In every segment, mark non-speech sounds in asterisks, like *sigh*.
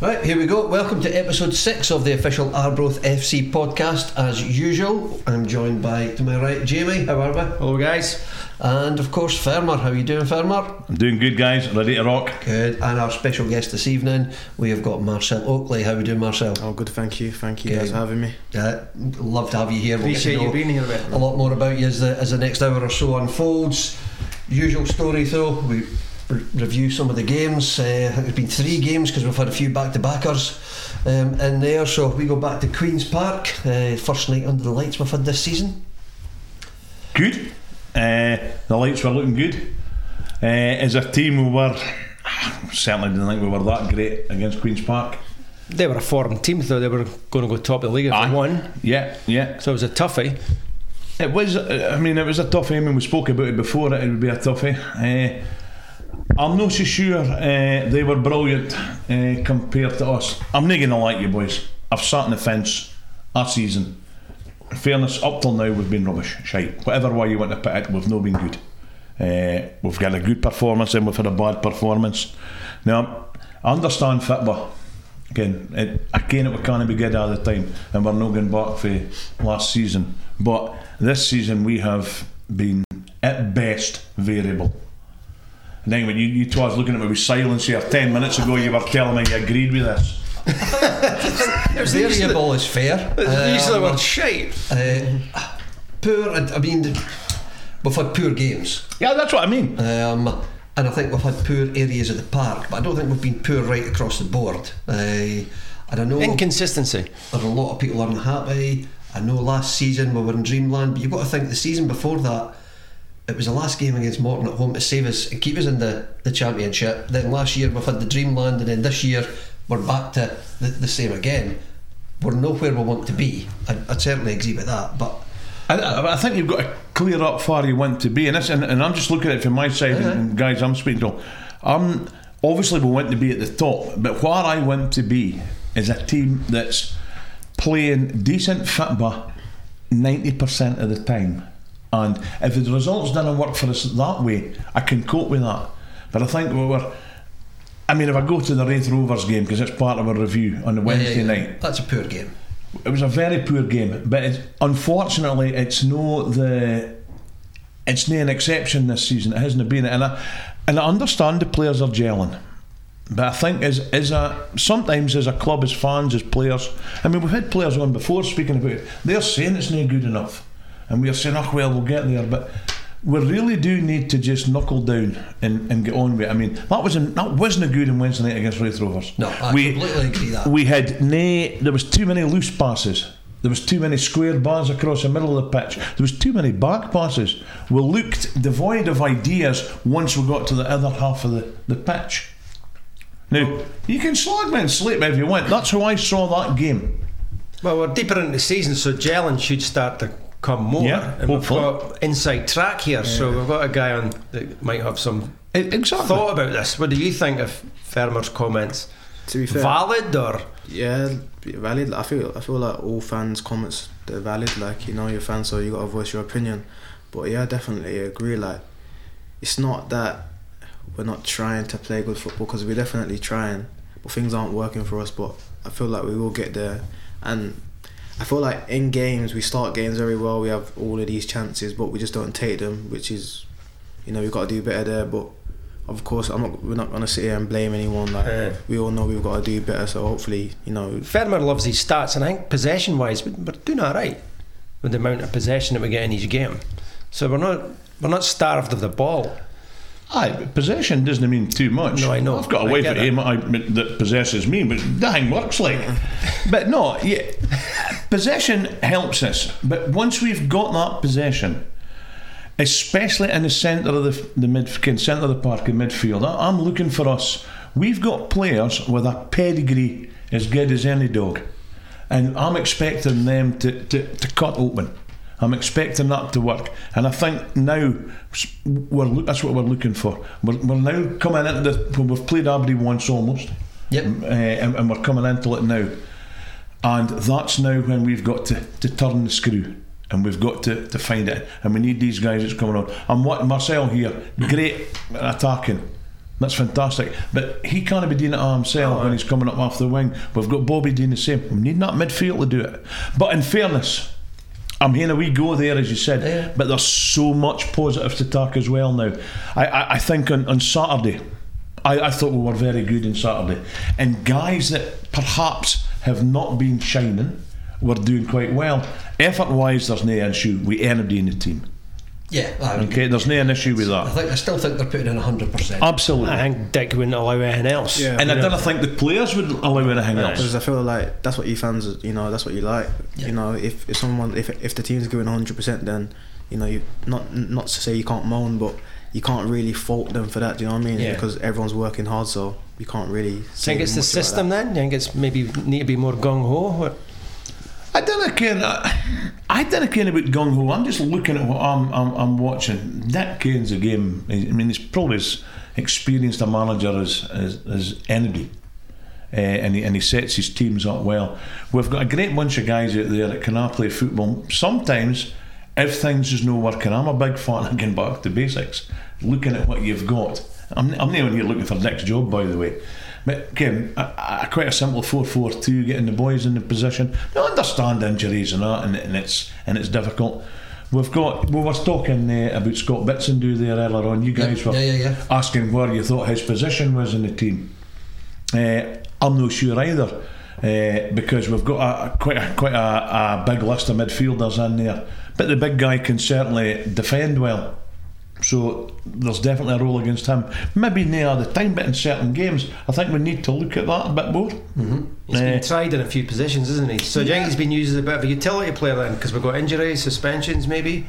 Right, here we go. Welcome to episode six of the official Arbroath FC podcast. As usual, I'm joined by, to my right, Jamie. How are we? Hello, guys. And of course, Fermer. How are you doing, Fermer? I'm doing good, guys. Ready to rock. Good. And our special guest this evening, we have got Marcel Oakley. How are we doing, Marcel? Oh, good. Thank you. Thank you Okay. guys for having me. Yeah, love Uh, to have you here. We'll get to Appreciate you know being here with a me. lot more about you as the, as the next hour or so unfolds. Usual story though, we re- review some of the games. Uh, I think there's been three games because we've had a few back to backers um, in there. So if we go back to Queen's Park, uh, first night under the lights we've had this season. Good. Uh, the lights were looking good. Uh, as a team, we were certainly didn't think we were that great against Queens Park. They were a form team, though they were going to go top of the league if Aye. they eh? won. Yeah, yeah. So it was a toughie. It was. uh, I mean, it was a toughie. I mean, we spoke about it before. that It would be a toughie. Uh, I'm not so sure uh, they were brilliant uh, compared to us. I'm not gonna like you boys. I've sat on the fence our season. In fairness, up till now we've been rubbish, shite. Whatever way you want to put it, we've not been good. Uh, we've got a good performance and we've had a bad performance. Now, I understand football. Again, it, again, it can't be good all the time, and we're not going back for last season. But this season we have been at best variable. And then when you, you two was looking at me with silence here ten minutes ago, you were telling me you agreed with this. Variable is fair. Usually Um, were shite. uh, poor. I I mean, we've had poor games. Yeah, that's what I mean. Um, and I think we've had poor areas of the park, but I don't think we've been poor right across the board. Uh, and I know Inconsistency. there are a lot of people unhappy. I know last season we were in dreamland, but you've got to think the season before that, it was the last game against Morton at home to save us and keep us in the, the championship. Then last year we've had the dreamland, and then this year we're back to the, the same again. We're nowhere we want to be. I, I'd certainly agree with that, but I, I I think you've got to clear up far you want to be, and, that's, and, and I'm just looking at it from my side, and, and guys, I'm speaking to. I'm obviously we want to be at the top, but where I want to be is a team that's playing decent football ninety percent of the time, and if the results doesn't work for us that way, I can cope with that. But I think we were. I mean, if I go to the Wraith Rovers game because it's part of a review on the Wednesday uh, night, that's a poor game. it was a very poor game, but it's, unfortunately, it's no the. It's no an exception this season. It hasn't been, and I, and I understand the players are gelling, but I think as as a sometimes as a club, as fans, as players, I mean, we've had players on before speaking about it. They're saying it's not good enough, and we're saying, oh well, we'll get there, but. We really do need to just knuckle down and, and get on with it. I mean, that wasn't that wasn't good in Wednesday night against Wraith Rovers. No, I completely agree that. We had nay, there was too many loose passes. There was too many square bars across the middle of the pitch. There was too many back passes. We looked devoid of ideas once we got to the other half of the, the pitch. Now, you can slag me and slate me if you want. That's how I saw that game. Well, we're deeper into the season, so gelling should start to come more. Yeah, and we've hopefully. got inside track here, so we've got a guy on that might have some E- Exactly. thought about this. What do you think of Fermer's comments? To be fair, Valid or yeah, valid. I feel I feel like all fans' comments they're valid. Like you know, your fans, so you gotta voice your opinion. But yeah, I definitely agree. Like it's not that we're not trying to play good football because we're definitely trying, but things aren't working for us. But I feel like we will get there, and I feel like in games we start games very well. We have all of these chances, but we just don't take them, which is, you know, we've got to do better there. But of course, I'm not. We're not gonna sit here and blame anyone. Like Yeah. we all know, we've got to do better. So hopefully, you know, uh, Fermer loves his stats, and I think possession wise, we're doing all right with the amount of possession that we get in each game. So we're not we're not starved of the ball. Aye, but possession doesn't mean too much. No, I know. I've got a I wife get at that. home I, that possesses me, but dang works *laughs* like. but no, yeah, possession helps us. But once we've got that possession, especially in the centre of the, the mid centre of the park in midfield, I, I'm looking for us. We've got players with a pedigree as good as any dog, and I'm expecting them to, to, to cut open. I'm expecting that to work, and I think now s- we're loo- that's what we're looking for. We're, we're now coming into the well, we've played Aberdeen once almost, Yep. uh, and, and we're coming into it now. And that's now when we've got to, to turn the screw and we've got to, to find it. And we need these guys that's coming on. I'm what Marcel here, great at attacking. That's fantastic. But he can't be doing it all himself when he's coming up off the wing. We've got Bobby doing the same. We need that midfield to do it. But in fairness, I'm hearing a wee go there, as you said, Yeah. but there's so much positive to talk as well now. I, I, I think on, on Saturday, I, I thought we were very good on Saturday. And guys that perhaps have not been shining were doing quite well. Effort wise, there's no issue with anybody in the team. Yeah, I, agree. Okay, there's no an issue with I that. think I still think they're putting in hundred percent. Absolutely. I think Dick wouldn't allow anything else. Yeah. And I don't think the players would allow anything else. Because I feel like that's what you fans, you know, that's what you like. You know, if, if someone, if if the team's giving hundred percent, then you know, you not not to say you can't moan, but you can't really fault them for that. Do you know what I mean? Yeah. Because everyone's working hard, so you can't really. I think it's the system then. I think it's maybe need to be more gung ho. I don't care. I, I don't care about gung ho. I'm just looking at what I'm, I'm, I'm watching. That Kane's a game. I mean, he's probably as experienced a manager as as, as anybody. Uh, and, he, and he sets his teams up well. We've got a great bunch of guys out there that can all play football. Sometimes, if things is no working, I'm a big fan of getting back to basics, looking at what you've got. I'm, I'm not here looking for next job, by the way. But Kim, a, a quite a simple 4-4-2, getting the boys in the position. Now, I understand injuries and that, and, and it's and it's difficult. We've got we were talking uh, about Scott Bitsendu there earlier on. You guys were yeah, yeah, yeah. asking where you thought his position was in the team. Uh, I'm not sure either uh, because we've got a, a quite a, quite a, a big list of midfielders in there, but the big guy can certainly defend well. So there's definitely a role against him. Maybe near the time, but in certain games, I think we need to look at that a bit more. Mm-hmm. He's been tried in a few positions, isn't he? So do you think he's been used as a bit of a utility player then, because we've got injuries, suspensions, maybe.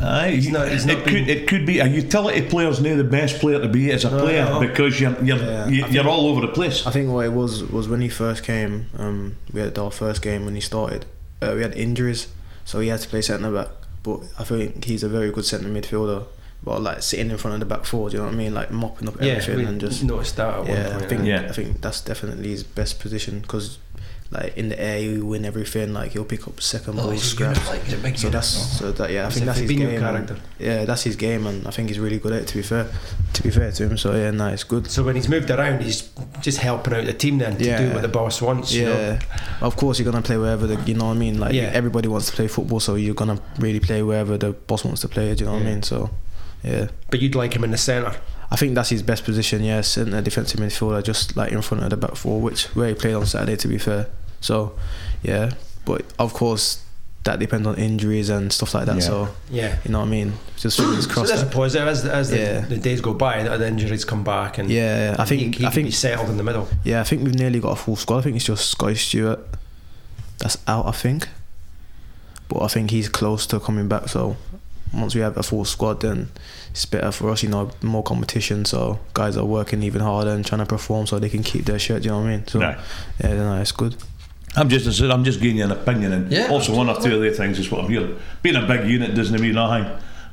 Uh, Aye, you- not- he's not it been- Oh, could it could be a utility player's now the best player to be as a player no. because you're you're, Yeah, you- I you're all over the place. I think what it was was when he first came. Um, we had our first game when he started. Uh, we had injuries, so he had to play centre back. But I think he's a very good centre midfielder. But like sitting in front of the back four, do you know what I mean? Like mopping up everything we and just noticed that at yeah. one I point. think Yeah. I think that's definitely his best position because like in the air, you win everything. Like he'll pick up second Oh, ball he's a scraps. unit, like, he's a big So unit. that's so that yeah. I He's think a that's his Fabinho game. character. Yeah, that's his game, and I think he's really good at it. To be fair, to be fair to him, so yeah, no, it's good. So when he's moved around, he's just helping out the team then to do Yeah. what the boss wants. You know? Yeah, of course you're gonna play wherever the you know what I mean. Like Yeah. everybody wants to play football, so you're gonna really play wherever the boss wants to play. Do you know what I mean? So, yeah, But you'd like him in the centre. I think that's his best position. Yes, in the defensive midfielder, just like in front of the back four, which where he played on Saturday. To be fair, so yeah, but of course that depends on injuries and stuff like that. Yeah. So Yeah. you know what I mean? Just fingers So crossed. there's a that- positive as, as the, Yeah. the days go by that the injuries come back and yeah, I think he, he I can be think settled in the middle. yeah, I think we've nearly got a full squad. I think it's just Scotty Stewart that's out, I think. But I think he's close to coming back. So once we have a full squad, then it's better for us. You know, more competition. So guys are working even harder and trying to perform so they can keep their shirt. Do you know what I mean? So No. yeah, no, it's good. I'm just as I said, I'm just giving you an opinion, and Yeah, also one or two other things is what I'm hearing. Being a big unit doesn't mean nothing.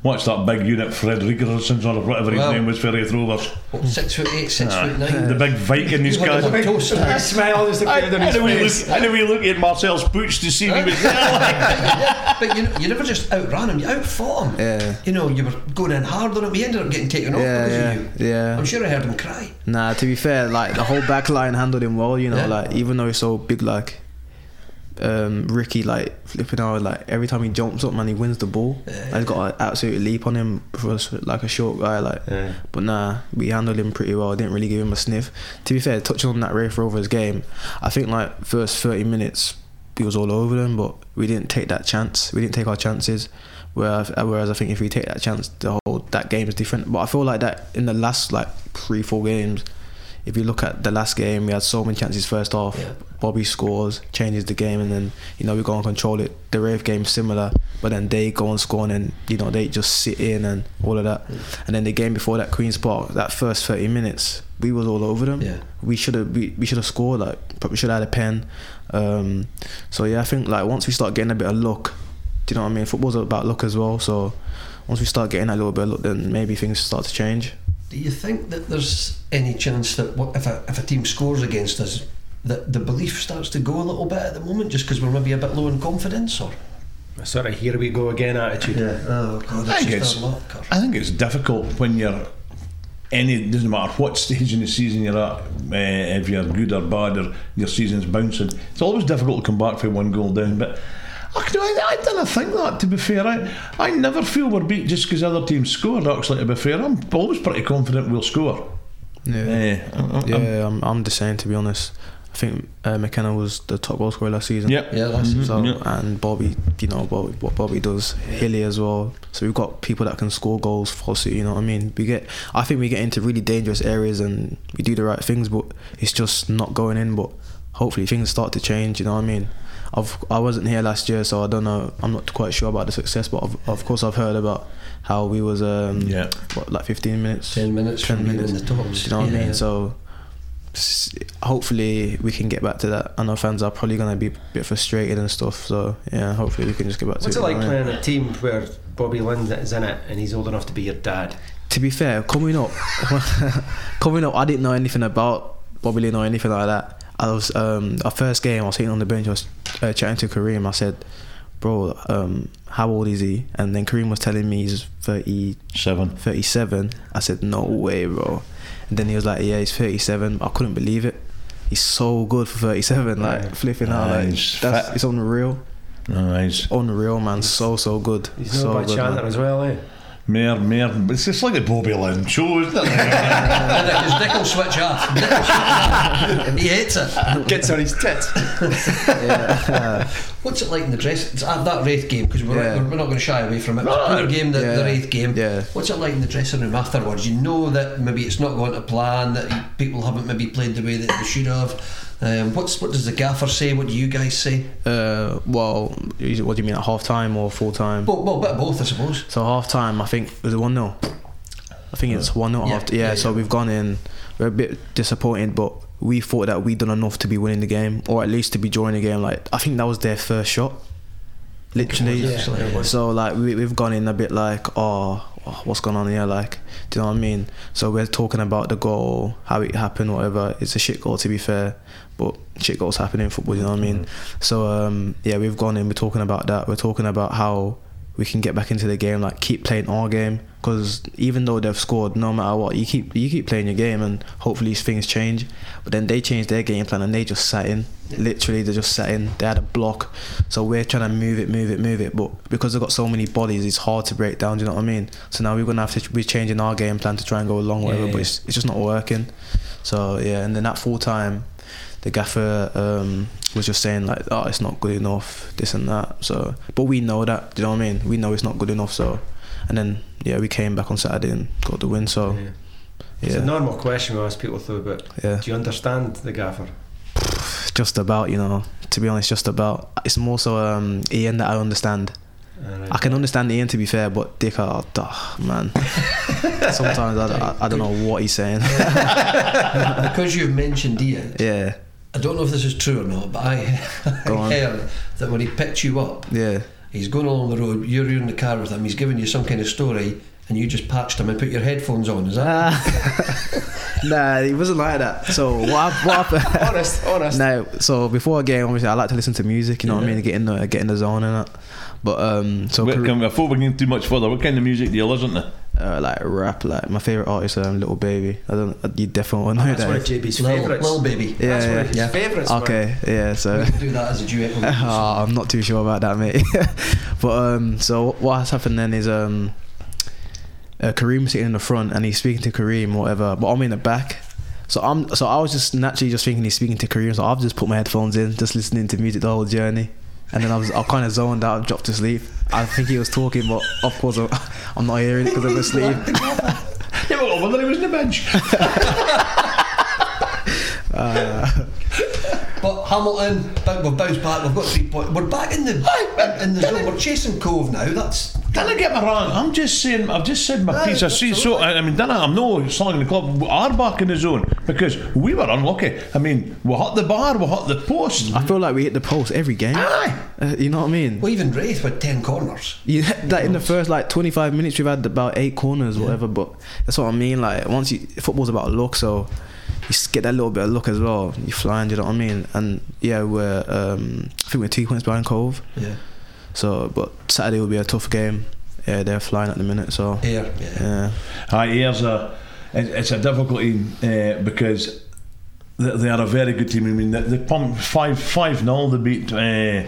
Watch that big unit, Fred Rigerson's or whatever his Well- name was for Wraith Rovers. What, six foot eight, six foot *laughs* nine. The big Viking, these You had guys. him on toast. smile is the I, I, know we look, I know we look at Marcel's boots to see if he was there. yeah, *laughs* but you, you never just outran him, you outfought him. Yeah. You know, you were going in hard on him, he ended up getting taken off Yeah, because yeah, of you. yeah. I'm sure I heard him cry. Nah, to be fair, like the whole back line handled him well, you know, Yeah. like even though he's so big, like um, Ricky, like flipping out, like every time he jumps up, man, he wins the ball. Like, he's got an absolute leap on him for us, like a short guy, like. But nah, we handled him pretty well. Didn't really give him a sniff. To be fair, touching on that Rafe Rovers game, I think like first thirty minutes, we was all over them, but we didn't take that chance. We didn't take our chances. Whereas, uh, whereas I think if we take that chance, the whole that game is different. But I feel like that in the last like three, four games, if you look at the last game, we had so many chances first half. Yeah. Bobby scores, changes the game, and then you know we go and control it. The Rave game similar, but then they go and score, and then you know they just sit in and all of that. Mm. And then the game before that, Queens Park, that first thirty minutes, we was all over them. Yeah. We should have we, we should have scored. Like probably should have had a pen. Um, so yeah, I think like once we start getting a bit of luck, do you know what I mean? Football's about luck as well. So once we start getting that little bit of luck, then maybe things start to change. Do you think that there's any chance that what, if, a, if a team scores against us, that the belief starts to go a little bit at the moment just because we're maybe a bit low in confidence? or Sort of here we go again attitude. Oh, God, I that's think just it's, our luck. Or, I think it's difficult when you're any doesn't matter what stage in the season you're at, eh, if you're good or bad or your season's bouncing, it's always difficult to come back from one goal down. But I, could- I, I don't think that. To be fair, I, I never feel we're beat just because other teams scored. Actually, to be fair, I'm always pretty confident we'll score. Yeah, Eh, I'm- I'm- yeah. I'm, I'm the same to be honest. I think uh, McKenna was the top goal scorer last season. Yep. Yeah, that's *laughs* Mhm, So yeah. and Bobby, you know Bobby, what Bobby does, Hilly as well. So we've got people that can score goals for City. You know what I mean? We get, I think we get into really dangerous areas and we do the right things, but it's just not going in. But hopefully things start to change. You know what I mean? I've I wasn't here last year, so I don't know. I'm not quite sure about the success, but of, of course I've heard about how we was um Yeah. what like 15 minutes, 10 minutes from being in the tops. you know what I Yeah. mean? So s- hopefully we can get back to that. I know fans are probably gonna be a bit frustrated and stuff. So yeah, hopefully we can just get back What's to it like you know what I mean? playing in a team where Bobby Lynn is in it and he's old enough to be your dad? To be fair, coming up, *laughs* coming up, I didn't know anything about Bobby Lynn or anything like that. I was um, our first game. I was sitting on the bench. I was uh, chatting to Kareem. I said, "Bro, um, how old is he?" And then Kareem was telling me he's thirty Seven. 37. I said, no way, bro. And then he was like, yeah, he's 37. I couldn't believe it. He's so good for 37. Like, flipping out. Ah, Like, he's that's, fit. it's unreal. Nice. Unreal, man. So, so good. He's so not a bad good, chanter man. *laughs* as well, eh? Mayor, mayor. It's just like a Bobby Lynn show, isn't *laughs* it? And it- his dick will switch off. Dick will switch *laughs* off. he hates it. Gets on his *laughs* tit. What's it like in the dress? It's at that Wraith game because we're, Yeah. we're not going to shy away from it. It's a poor game, the, the Yeah. Wraith game. Yeah. What's it like in the dressing room afterwards? You know that maybe it's not going to plan. That people haven't maybe played the way that they should have. Um, what's what does the gaffer say? What do you guys say? *laughs* Uh, well, is it- what do you mean, at half time or full time? Well, well, a bit of both, I suppose. *laughs* So, half time, I think, was it 1 0? I think it's 1 0 Yeah, after. Yeah, yeah, so yeah. we've gone in. We're a bit disappointed, but we thought that we'd done enough to be winning the game or at least to be drawing the game. Like, I think that was their first shot. Literally. It was actually, it was. So like we, we've gone in a bit like oh oh, what's going on here like do you know what I mean so we're talking about the goal how it happened whatever it's a shit goal to be fair but shit goals happen in football you know what I mean Mm. so um, yeah we've gone in we're talking about that we're talking about how we can get back into the game like keep playing our game because even though they've scored no matter what you keep you keep playing your game and hopefully things change but then they changed their game plan and they just sat in literally they just sat in they had a block so we're trying to move it move it move it but because they've got so many bodies it's hard to break down do you know what I mean so now we're going to have to be changing our game plan to try and go along whatever yeah. but it's, it's just not working so yeah and then at full time the gaffer um, was just saying like, oh, it's not good enough, this and that. So, but we know that. Do you know what I mean? We know it's not good enough. So, and then yeah, we came back on Saturday and got the win. So, Yeah. It's a yeah, normal question we ask people though, but yeah, do you understand the gaffer? just about you know. To be honest, just about. It's more so um, Ian that I understand. uh, I can understand Ian to be fair, but Dick, oh, duh, man. Sometimes I, I, I don't know what he's saying. because you've mentioned Ian, yeah, I don't know if this is true or not, but I, *laughs* Go I on. heard that when he picked you up, yeah. He's going along the road, you're in the car with him, he's giving you some kind of story, and you just patched him and put your headphones on, is Ah, that? *laughs* nah, it wasn't like that. So what? hap- What happened? *laughs* honest, honest. Now, so before a game, obviously, I like to listen to music. You know what I Yeah. mean? Get in the get in the zone and that. But um, so Wait, Kore- can we- Before we get too much further, what kind of music do you listen to? *laughs* uh, like rap, like my favorite artist, um, Little Baby. I don't. You definitely know That's one of that. JB's Lil, favourites. Lil Baby. Yeah, That's one of yeah, his yeah. favourites. man. Okay, yeah. *laughs* So We can do that as a *laughs* duet. when we do Oh, I'm not too sure about that, mate. *laughs* but um, so what has happened then is um, uh, Kareem sitting in the front and he's speaking to Kareem, whatever. But I'm in the back, so I'm so I was just naturally just thinking he's speaking to Kareem. So I've just put my headphones in, just listening to music the whole journey. And then I was I kind of zoned out, dropped to sleep. I think he was talking, but of course I'm, *laughs* I'm not hearing it because I'm asleep. Yeah, well, I wonder he was in the bench. some. But Hamilton, but we've bounced back, we've got three points. We're back in the in, in the zone. We're chasing Cove now. That's Did I get me wrong? I'm just saying, I've just said my piece. I see, so I, I mean, did I, I'm no slagging the club. We are back in the zone because we were unlucky. I mean, we hit the bar, we hit the post. I feel like we hit the post every game. Aye. Uh, you know what I mean? well, even Wraith with ten corners. *laughs* You, *laughs* that in the first like 25 minutes we've had about eight corners or whatever but that's what I mean like once you football's about luck so you s- get that little bit of luck as well you're flying do you know what I mean and yeah we're um, I think we're two points behind Cove Yeah, so but Saturday will be a tough game yeah they're flying at the minute so air. Yeah. yeah Aye, here's a it, it's a difficulty uh, because they, they are a very good team. I mean, they, they pumped five five 0 They beat. Uh,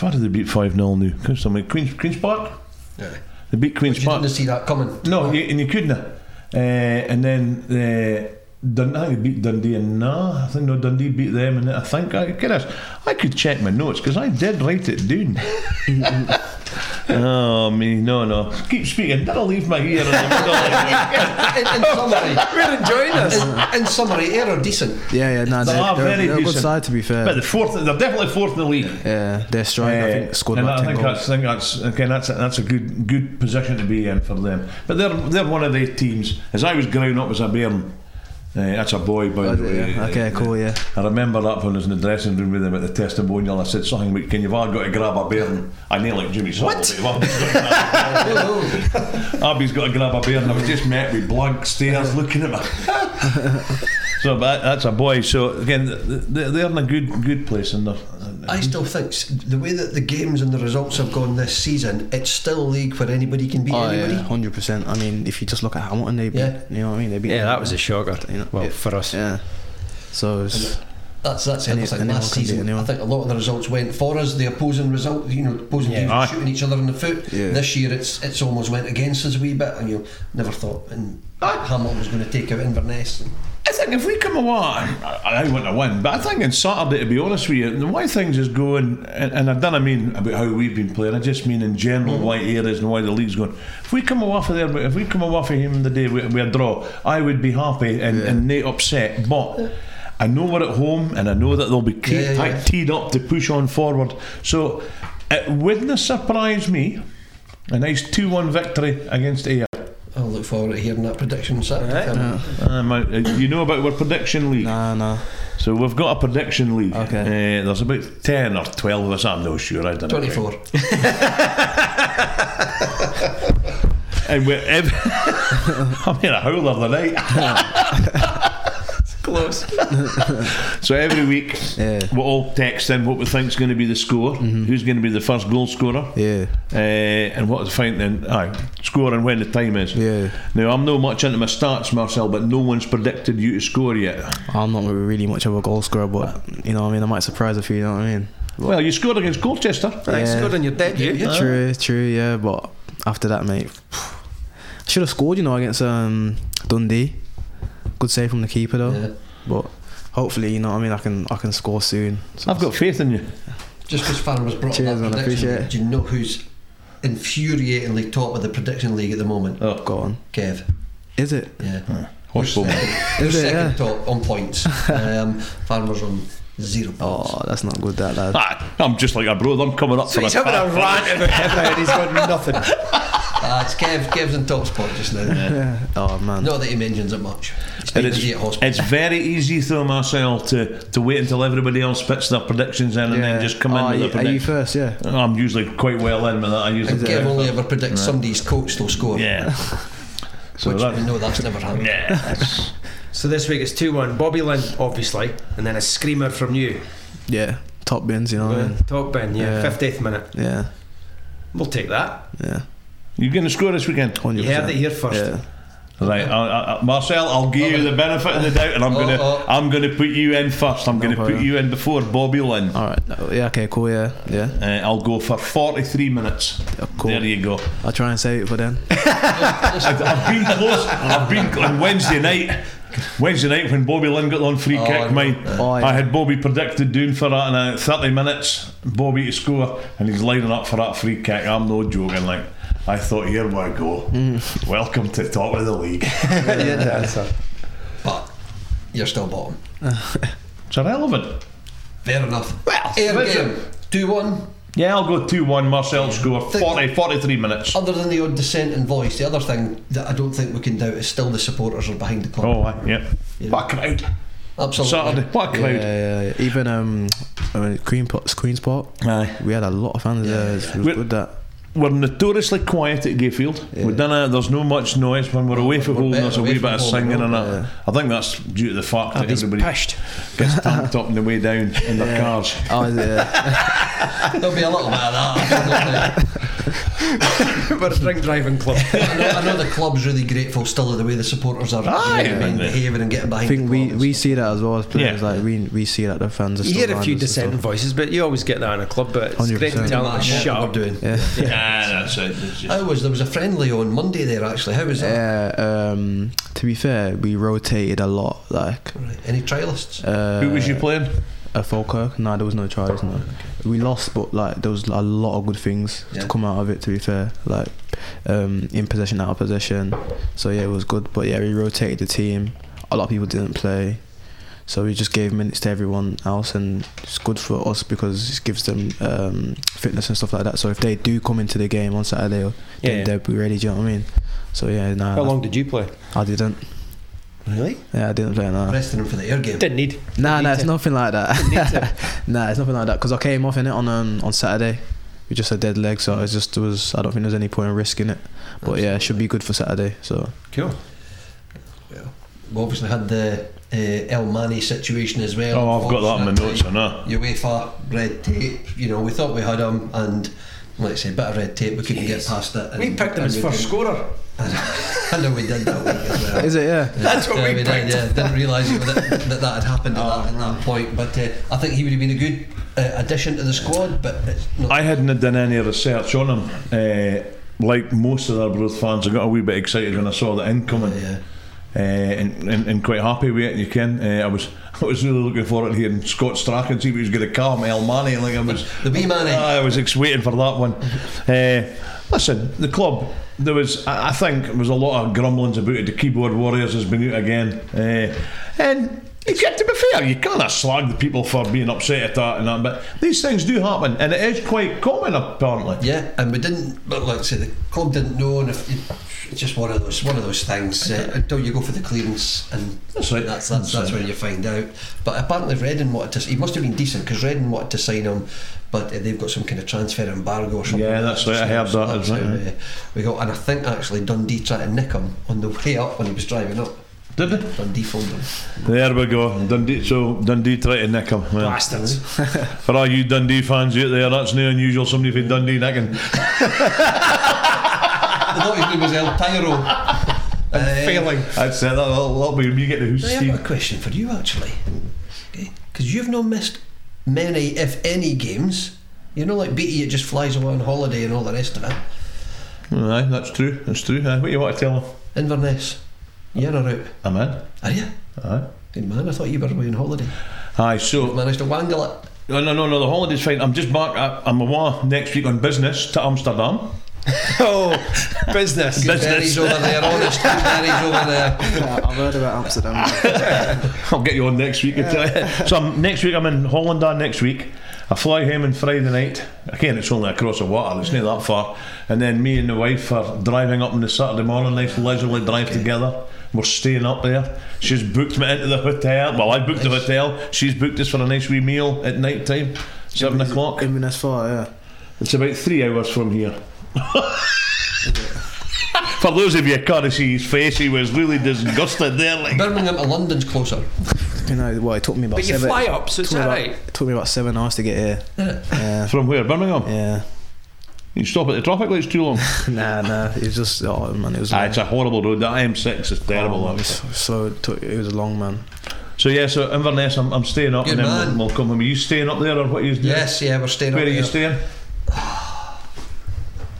where did they beat five 0 now? Can somebody- Queens Queens Park. Yeah. They beat Queens You Park. didn't see that *laughs* coming. No, you, and you couldn't. Uh, and then uh, Dun- I think they beat Dundee and no, I think no Dundee beat them. And I think I goodness, I could check my notes because I did write it down. oh me, no, no. Keep speaking. That'll leave my ear in the middle. *laughs* In, in summary, We're enjoying this. in, in summary, error *laughs* decent. Yeah, yeah, no, They they're, are they're, very they're a good decent. side to be fair. but the fourth, they're definitely fourth in the league. yeah, they're strong. I think scored Eh, and about I ten think goals. that's, I think that's again that's a, that's a good good position to be in for them. But they're they're one of the teams. As I was growing up as a bairn, uh, that's a boy by the way. Yeah. Okay, cool. Yeah, I remember that when I was in the dressing room with him at the testimonial. I said something about, "Can you've all got to grab a bear?" And I nailed like Jimmy Savile. What? Uh, Abby's got to grab a bear, and I was just met with blank *laughs* stares looking at me. so but that's a boy. So again, th- th- they're in a good good place, and they're. I still think s- the way that the games and the results have gone this season, it's still a league where anybody can beat oh anybody. yeah, hundred percent. I mean, if you just look at Hamilton, they beat. Yeah. You know what I mean? They beat. Yeah, that was a shocker. You know, well, it- for us. Yeah. So it's, That's that's Any- it. Like anyone last can beat season, anyone. I think a lot of the results went for us. The opposing result, you know, opposing teams Aye. shooting each other in the foot. Yeah. This year, it's it's almost went against us a wee bit, and you never thought and Hamilton was going to take out Inverness. I think if we come away, I, I want to win, but I think on Saturday, to be honest with you, the way things is going, and, and I don't mean about how we've been playing, I just mean in Mm-hmm. general why it is and why the league's going. If we come away for there, if we come away for him the day we, we a draw, I would be happy and, and not upset. But I know we're at home, and I know that they'll be key, Yeah, yeah, yeah. teed up to push on forward. So it wouldn't surprise me a nice two-one victory against Ayr. I'll look forward to hearing that prediction Saturday. Um, Um, I- you know about our prediction league. nah, nah. So we've got a prediction league. Okay. Uh, there's about 10 or 12 of us, I'm no sure. I don't know. 24. And we're ev- *laughs* I'm in a howl of the night. *laughs* Close. *laughs* So every week, Yeah. Mm-hmm. we all text in what we think's going to be the score, who's going to be the first goal scorer, Yeah. uh, and what the find then, aye, score and when the time is. Yeah. Now, I'm no much into my stats, Marcel, but no one's predicted you to score yet. I'm not really much of a goal scorer, but you know what I mean. I might surprise a few. You know what I mean? Well, you scored against Colchester. Yeah. Thanks, good, and you're dead, you. Yeah, true, true, yeah, but after that, mate, *sighs* I should have scored, you know, against um, Dundee. Good save from the keeper, though. Yeah. But hopefully, you know what I mean. I can, I can score soon. So I've got faith in you. Just because Farm was brought Cheers, up that man, I prediction, appreciate it. do you know who's infuriatingly top of the prediction league at the moment? Go on. Kev. Is it? Yeah. *laughs* Hospital. They're Is it, second yeah? top on *laughs* points. Um, Farmers on zero points. Oh, that's not good, that *laughs* lad. Ah, I'm just like a brother. I'm coming up for a fat finish. about *laughs* everything. He's got nothing. Ah, it's Kev. Kev's in top spot just now. *laughs* Oh man. Not that he mentions it much. He's And been it's, busy at hospital. it's very easy though, Marcel, to, to wait until everybody else puts their predictions in and then just come Oh, in are with you, their are you predictions. first? Yeah. I'm usually quite well in with that. I usually And Kev do. only ever predicts somebody's coach will score. yeah. *laughs* So which we that, know that's never happened. yeah. So this week it's 2 1. Bobby Lynn, obviously, and then a screamer from you. Yeah. Top bins, you know. What I mean? Uh, Top bin, yeah, Yeah. 50th minute. Yeah. We'll take that. Yeah. You're going to score this weekend, Hundred You heard it percent. here first. Yeah. right, I, I, I- Marcel? I'll give you the benefit of the doubt, and I'm Oh, gonna oh. I'm gonna put you in first. I'm gonna put problem. you in before Bobby Lynn. All right. No, yeah. Okay. Cool. Yeah. Yeah. Uh, I'll go for 43 minutes. Yeah, cool. There you go. I'll try and save it for *laughs* then. I've, I've been close. I've been cl- on Wednesday night. Wednesday night when Bobby Lynn got on free Oh, I kick, know. mine. Oh, yeah. I had Bobby predicted doing for that in uh, 30 minutes. Bobby to score, and he's lining up for that free kick. I'm no joking. Like I thought, here we go. Welcome to top of the league. But you're still bottom. It's irrelevant. Fair enough. Well, Air listen. game. 2 1. Yeah, Oh. I'll go 2 1. Marcel score Think- 40, 43 minutes. Other than the odd dissent in voice, the other thing that I don't think we can doubt is still the supporters are behind the club. Oh, aye, yeah. What a crowd. Absolutely. Saturday, *laughs* what a Yeah, crowd. yeah, yeah. Even um, I mean, Queen Pot, Queen's Park. Aye. We had a lot of fans there. It was We're- good that. We're notoriously quiet at Gayfield. We dunna, there's no much noise when we're away from Oh, We're home. better There's a away wee bit from of home, singing aren't and that. I think that's due to the fact that everybody *laughs* Pushed. gets tanked up on the way down in their cars. *laughs* Oh, is it? yeah. There'll be a little bit of that. We're a drink driving *laughs* club. I, know, I know the club's really grateful still of the way the supporters are Aye. you know what I mean, behaving and getting I behind. think the we, club. we see that as well as players. Yeah. Like we we see that the fans are. You still hear a behind few us and dissenting stuff. voices, but you always get that in a club. But it's great to 100%. tell them Matter to what shut we're up. doing. Yeah. Ah, that's it. It's just- How was there was a friendly on Monday there actually? How was that? *laughs* Yeah, um, to be fair, we rotated a lot. Like, Right. Any trialists? uh, Who was you playing? At Falkirk? No, there was no tries. No, we lost, but like there was a lot of good things Yeah. to come out of it. To be fair, like um, in possession, out of possession. So yeah, it was good. But yeah, we rotated the team. A lot of people didn't play, so we just gave minutes to everyone else, and it's good for us because it gives them um, fitness and stuff like that. So if they do come into the game on Saturday, then Yeah, yeah. they'll be ready. Do you know what I mean? So yeah, How nah, long did you play? I didn't. Really? Yeah, I didn't play. Nah. Resting him for the air game. Didn't need. Nah, Need nah, it's to- nothing like need that. *laughs* nah, it's nothing like that because I came off in it on um, on Saturday. We just had dead leg, so it's just there was. I don't think there's any point in risking it. But yeah, it should be good for Saturday. So Cool. We obviously had the uh, El Mani situation as well. Oh, I've got that in my notes, I Unfortunately, know. UEFA red tape. You know, we thought we had him, and like I say, bit of red tape. We couldn't get past it. And, We picked him and as we first couldn't- scorer. *laughs* I know we did that week as *laughs* well. is it? Yeah. That's what Yeah, we did, picked. yeah. didn't realise it- that, that that had happened at, Oh. that, at that point. But uh, I think he would have been a good uh, addition to the squad. But it's not I hadn't done any research on him. Eh, like most of the Arbroath fans, I got a wee bit excited when I saw the incoming. Yeah. Eh, and, and, and quite happy with it. You can. Eh, I was *laughs* I was really looking forward to hearing Scott Strachan see if he was going to come El Manny. Like I was The wee Manny. I was ex- waiting for that *laughs* one. Eh, listen, the club. There was I, I think there was a lot of grumblings about it. The keyboard warriors has been out again. Eh, and you get to be fair, you kind of slag the people for being upset at that and that, but these things do happen, and it is quite common apparently. Yeah, and we didn't. But like I say, the club didn't know, and if it's just one of those one of those things uh, until you go for the clearance, and That's right. That's that's, that's That's when you find out. But apparently, Redden wanted to. He must have been decent because Redden wanted to sign him, but uh, they've got some kind of transfer embargo or something. Yeah, like that's that. right, I heard So that as that's well, how, uh, we got, and I think actually Dundee tried to nick him on the way up when he was driving up. Did they? Dundee phoned him. There we go. Dundee. So Dundee try to nick him. Well, Bastards. *laughs* For all you Dundee fans out there, that's no unusual. Somebody from Dundee nicking. I thought his name was El Tyro. Uh, Failing. *laughs* I'd say that. That'll, that'll be when you get the hoose. I have Steve. got a question for you actually, because you've not missed many, if any, games. You know, like BT, it just flies away on holiday and all the rest of it. Aye, that's true. That's true. Aye, what you want to tell them? Inverness, you're not out, I'm in. are you? Aye. Good man, I thought you were away on holiday. Aye. So Managed to wangle it. No, no, no, no. The holiday's fine. I'm just back. I, I'm away next week on business to Amsterdam. *laughs* Oh, business. Berries over there, honest. Berries over there. *laughs* I've heard about Amsterdam. I'll get you on next week. I tell you. so I'm, next week I'm in Holland. uh, Next week I fly home on Friday night. Again, it's only across the water. It's not that far. And then me and the wife are driving up on the Saturday morning. Nice leisurely drive together. We're staying up there. She's booked me into the hotel. Well, I booked the hotel. She's booked us for a nice wee meal at night time, seven o'clock. In far, yeah. It's about three hours from here. For those of you who can't see his face, he was really disgusted there. Like, Birmingham to London's closer. You know, well, it took me about. But you seven, fly up, so it's took me about- alright. It took me about seven hours to get here. Yeah, from where? Birmingham? yeah. *laughs* You stop at the traffic lights too long. Nah, nah. It was just oh man, it was. ah, long. it's a horrible road. That M6 is terrible. Oh, it that. was so, it took- it was long, man. So yeah, so Inverness, I'm, I'm staying up, Good and then man. we'll, we'll come home. Are you staying up there, or what are you doing? Yes, yeah, we're staying Where up are you there. staying?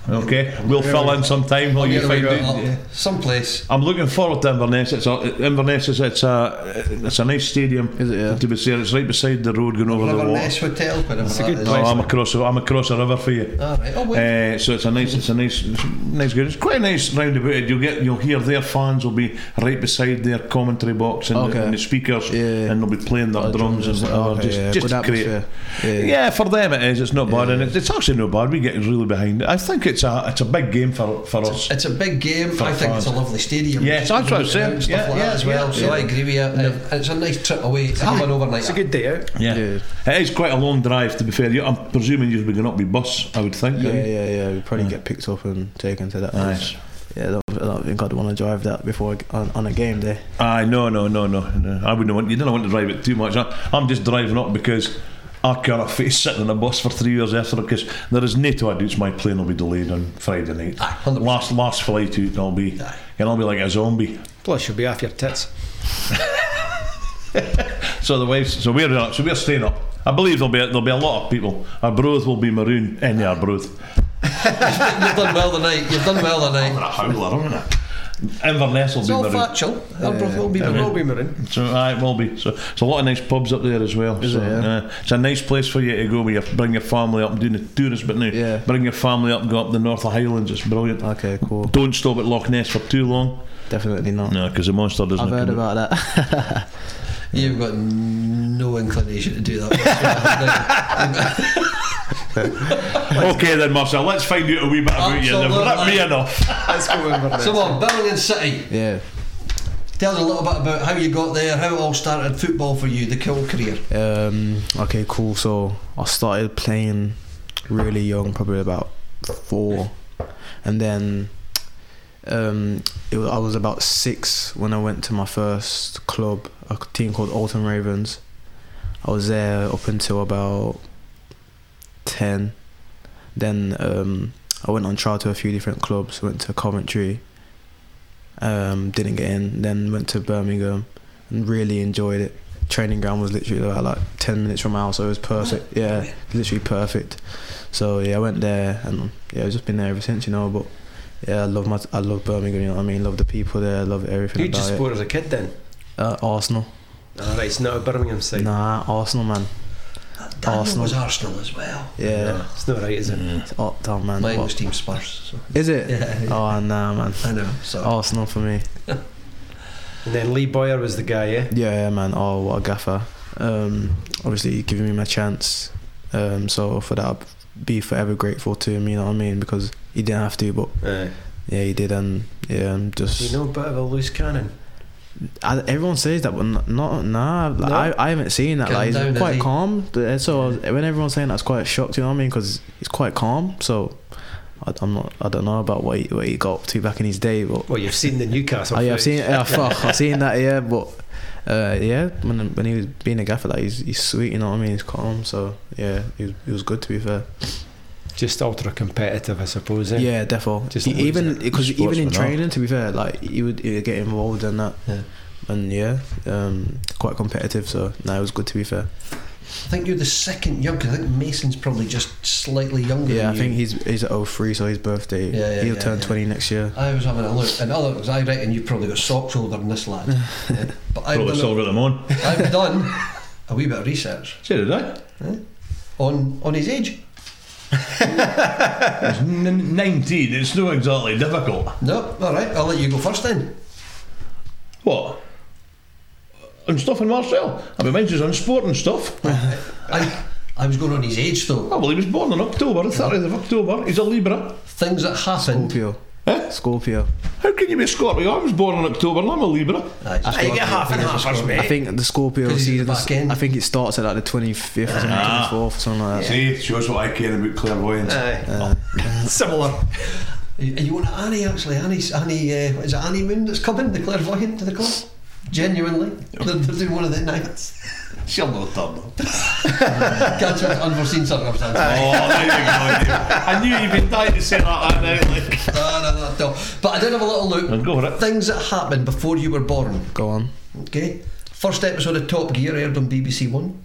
Okay, we'll fill in some time while you Here we find go, out. up Someplace. I'm looking forward to Inverness. It's a, Inverness is it's a it's a nice stadium. Is it, yeah? To be fair, it's right beside the road going over the water. Inverness Hotel, whatever it's a good No, I'm across. the- I'm across the river for you. All right. Oh, wait. Uh, so it's a nice, it's a nice, nice good. It's quite a nice roundabout. You'll get, you'll hear their fans will be right beside their commentary box and, Okay. the, and the speakers, Yeah. and they'll be playing their drums and whatever. Okay, just, Oh, yeah, just good great. atmosphere. Yeah. Yeah. for them it is. It's not bad, and it's, it's actually not bad. We get really behind it. I think it's a, it's a big game for for us. It's a big game. For I think it's a fans. lovely stadium. Yes, that's what I was saying. And Stuff Yeah, like yeah, that as well. yeah, so yeah. I agree with you. And it's a nice trip away. It's an overnight. It's a good day out. Yeah. Yeah. it is quite a long drive. To be fair, You- I'm presuming you'll be going up with bus. I would think. Yeah, eh? yeah, yeah. We probably get picked up and taken to that. Nice. Yeah, I don't, I don't think I'd want to drive that before I g- on, on a game day. Aye, no, no, no, no, no. I wouldn't want you. Don't want to drive it too much. I, I'm just driving up because I can't face sitting in a bus for three years after because there is NATO I doubt my plane will be delayed on Friday night. Aye, 100%. last last flight out and I'll be Aye. and I'll be like a zombie. Plus, you'll be off your tits. So the waves so we're uh, so we're staying up. I believe there'll be there'll be a lot of people. Our broth will be maroon in our broth. You've done well tonight. You've done well I'm tonight. *laughs* a howler, I'm gonna Inverness will It's be all maroon. factual. Arbroath will be, I mean- will be maroon. So aye, it will be. So it's a lot of nice pubs up there as well. so, it, yeah? uh, it's a nice place for you to go. Where you bring your family up, doing the tourist bit now. Yeah. Bring your family up, go up the North of Highlands. It's brilliant. Okay, cool. Don't stop at Loch Ness for too long. Definitely not. No, because the monster doesn't. I've heard come- about that. You've got no inclination to do that. Okay then, Marcel. Let's find out a wee bit about you. They've Absolutely. ripped me enough. Let's go *laughs* over so on, Birmingham City. *laughs* Yeah. Tell us a little bit about how you got there, how it all started, football for you, the cool career. Um, okay, cool. So I started playing really young, probably about four, and then um, it was, I was about six when I went to my first club, a team called Alton Ravens. I was there up until about ten. Then um, I went on trial to a few different clubs. Went to Coventry. Um, didn't get in. Then went to Birmingham, and really enjoyed it training ground was literally about like 10 minutes from my house so it was perfect yeah literally perfect so yeah I went there and yeah I've just been there ever since you know but yeah I love my I love Birmingham you know what I mean love the people there I love everything You just about it support as a kid then. uh, Arsenal All right, it's not a Birmingham side. nah Arsenal man Daniel Arsenal. was Arsenal as well. yeah It's not right, is it? it's up down man Mine was What- Team Spurs. So. is it Yeah, yeah. oh nah man I know. So Arsenal for me And then Lee Boyer was the guy, eh? yeah? Yeah, yeah, man. Oh, what a gaffer. Um, obviously, giving me my chance. Um, so for that, I'll be forever grateful to him. You know what I mean? Because he didn't have to, but Aye. yeah, he did, and yeah, I'm just. You know, a bit of a loose cannon. I, everyone says that, but not, not nah. Like, No? I, I haven't seen that. Calm Like, he's down, quite Eddie. calm. The- So I was, when everyone's saying that, I was quite shocked. You know what I mean? Because he's quite calm. So I, I'm not. I don't know about what he, what he got up to back in his day, but Well, you've seen the Newcastle. Oh yeah, I've seen it. footage. Yeah, fuck, I've seen that. Yeah, but uh, yeah, when when he was being a gaffer, like he's he's sweet. You know what I mean? He's calm. So yeah, he was, he was good to be fair. Just ultra competitive, I suppose. eh? Yeah, definitely. Just Just lose even it. because even in Sportsman, huh? training, to be fair, like he would, he would get involved in that. Yeah. And yeah, um, quite competitive. So no, it was good to be fair. I think you're the second young. 'cause I think Mason's probably just slightly younger. Yeah, than I you. think he's he's at 03, so his birthday. Yeah, yeah, he'll yeah, turn yeah. 20 next year. I was having a look, and other I reckon you've probably got socks older than this *laughs* lad. Yeah. but I've Probably done, still got them *laughs* on. I've done a wee bit of research See, did I? on on his age. It's n- Nineteen. It's not exactly difficult. No, all right, I'll let you go first then. What? I'm stuffing Marcel. I mean, mine's just on sport and stuff. I I was going on his age though. Oh, well, he was born in October, the 30th of October. He's a Libra. Things that happened. Scorpio. Eh? Scorpio. How can you be a Scorpio? I was born in October and I'm a Libra. Aye, it's Scorpio, fingers are Scorpio. I think the Scorpio 'Cause he's season. back in. Ah. I think it starts at like the 25th or something, 24th or something like that. See, shows what I care about clairvoyance. *laughs* Similar. Are you want Annie actually? Annie's Annie. Uh, what is it Annie Moon that's coming? The clairvoyant to the club. Genuinely, they're, they're doing one of the nights. She'll not turn *laughs* up. Catch with unforeseen circumstances. Oh, there you go. Dave. I knew you'd been dying to say that that night. Like. no, Oh, no, not at all. But I did have a little look. I'll go for it. Things that happened before you were born. Go on. Okay. First episode of Top Gear aired on BBC One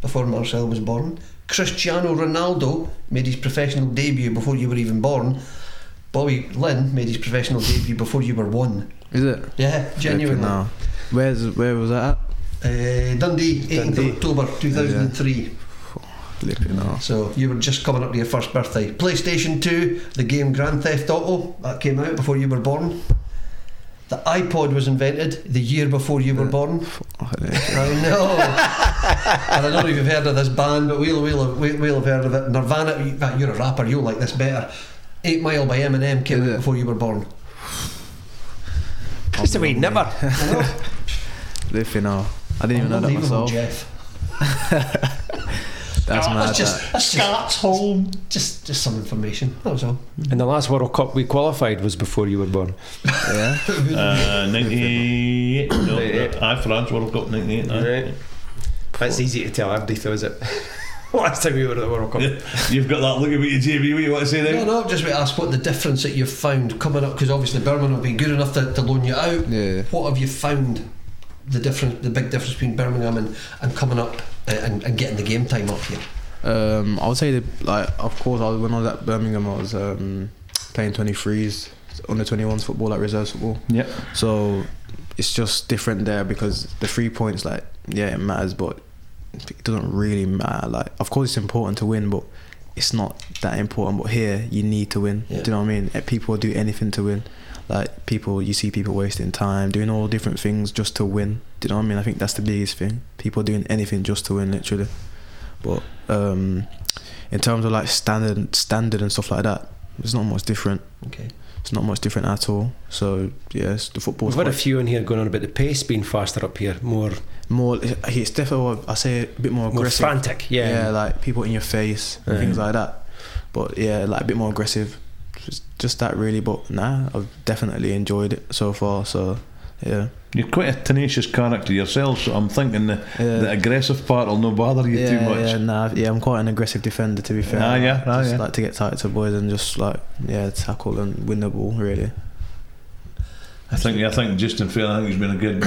before Marcel was born. Cristiano Ronaldo made his professional debut before you were even born. Bobby Lynn made his professional debut before you were one. Is it? Yeah, genuinely. No. Where's where was that? Uh, Dundee, 18th Dundee. of October 2003. Flipping out. So you were just coming up to your first birthday. PlayStation 2, the game Grand Theft Auto, that came out before you were born. The iPod was invented the year before you were born. Oh, I know. and I don't know if you've heard of this band, but we'll, we'll, we'll, we'll have heard of it. Nirvana, you- ah, you're a rapper, you'll like this better. Eight Mile by Eminem came Is out it? before you were *laughs* born. That's the way, never. *laughs* Flipping out. I didn't even know that Unbelievable, myself. Jeff. That's mad. That's that. just, that's just, Scott's home. just, just some information. That was all. And the last World Cup we qualified was before you were born. Yeah. *laughs* Uh, 98. no, I France World Cup 98. aye. Right. That's easy to tell everybody, though, is it? *laughs* Last time we were at the World Cup. *laughs* You've got that look at you, JB. What you want to say No, there? no, I'm just going to ask what the difference that you've found coming up, because obviously Birmingham have been good enough to, to loan you out. Yeah. What have you found the difference, the big difference between Birmingham and, and coming up uh, and, and getting the game time up here? Um, I would say that, like, of course, I was, when I was at Birmingham, I was um, playing 23s, under 21s football, like reserves football. Yep. So it's just different there because the three points, like, yeah, it matters, but it doesn't really matter. Like, of course, it's important to win, but it's not that important. But here, you need to win. Yeah. Do you know what I mean? Eh, People do anything to win. Like, people, you see people wasting time, doing all different things just to win. Do you know what I mean? I think that's the biggest thing. People doing anything just to win, literally. But um, in terms of like standard, standard and stuff like that, it's not much different. Okay. It's not much different at all. So yes, the football's We've had a quite- few in here going on about the pace being faster up here, more, more. It's definitely I say a bit more more aggressive. frantic. Yeah. like people in your face and Yeah. things like that. But yeah, like a bit more aggressive. Just, just that really. But nah, I've definitely enjoyed it so far. So yeah, You're quite a tenacious character yourself, so I'm thinking the, Yeah. the aggressive part will not bother you yeah, too much. yeah, nah, yeah. I'm quite an aggressive defender to be fair. Ah, yeah, ah, just yeah. like to get tight to boys and just like yeah, tackle and win the ball really. I think I think Justin Fair, I think he's been a good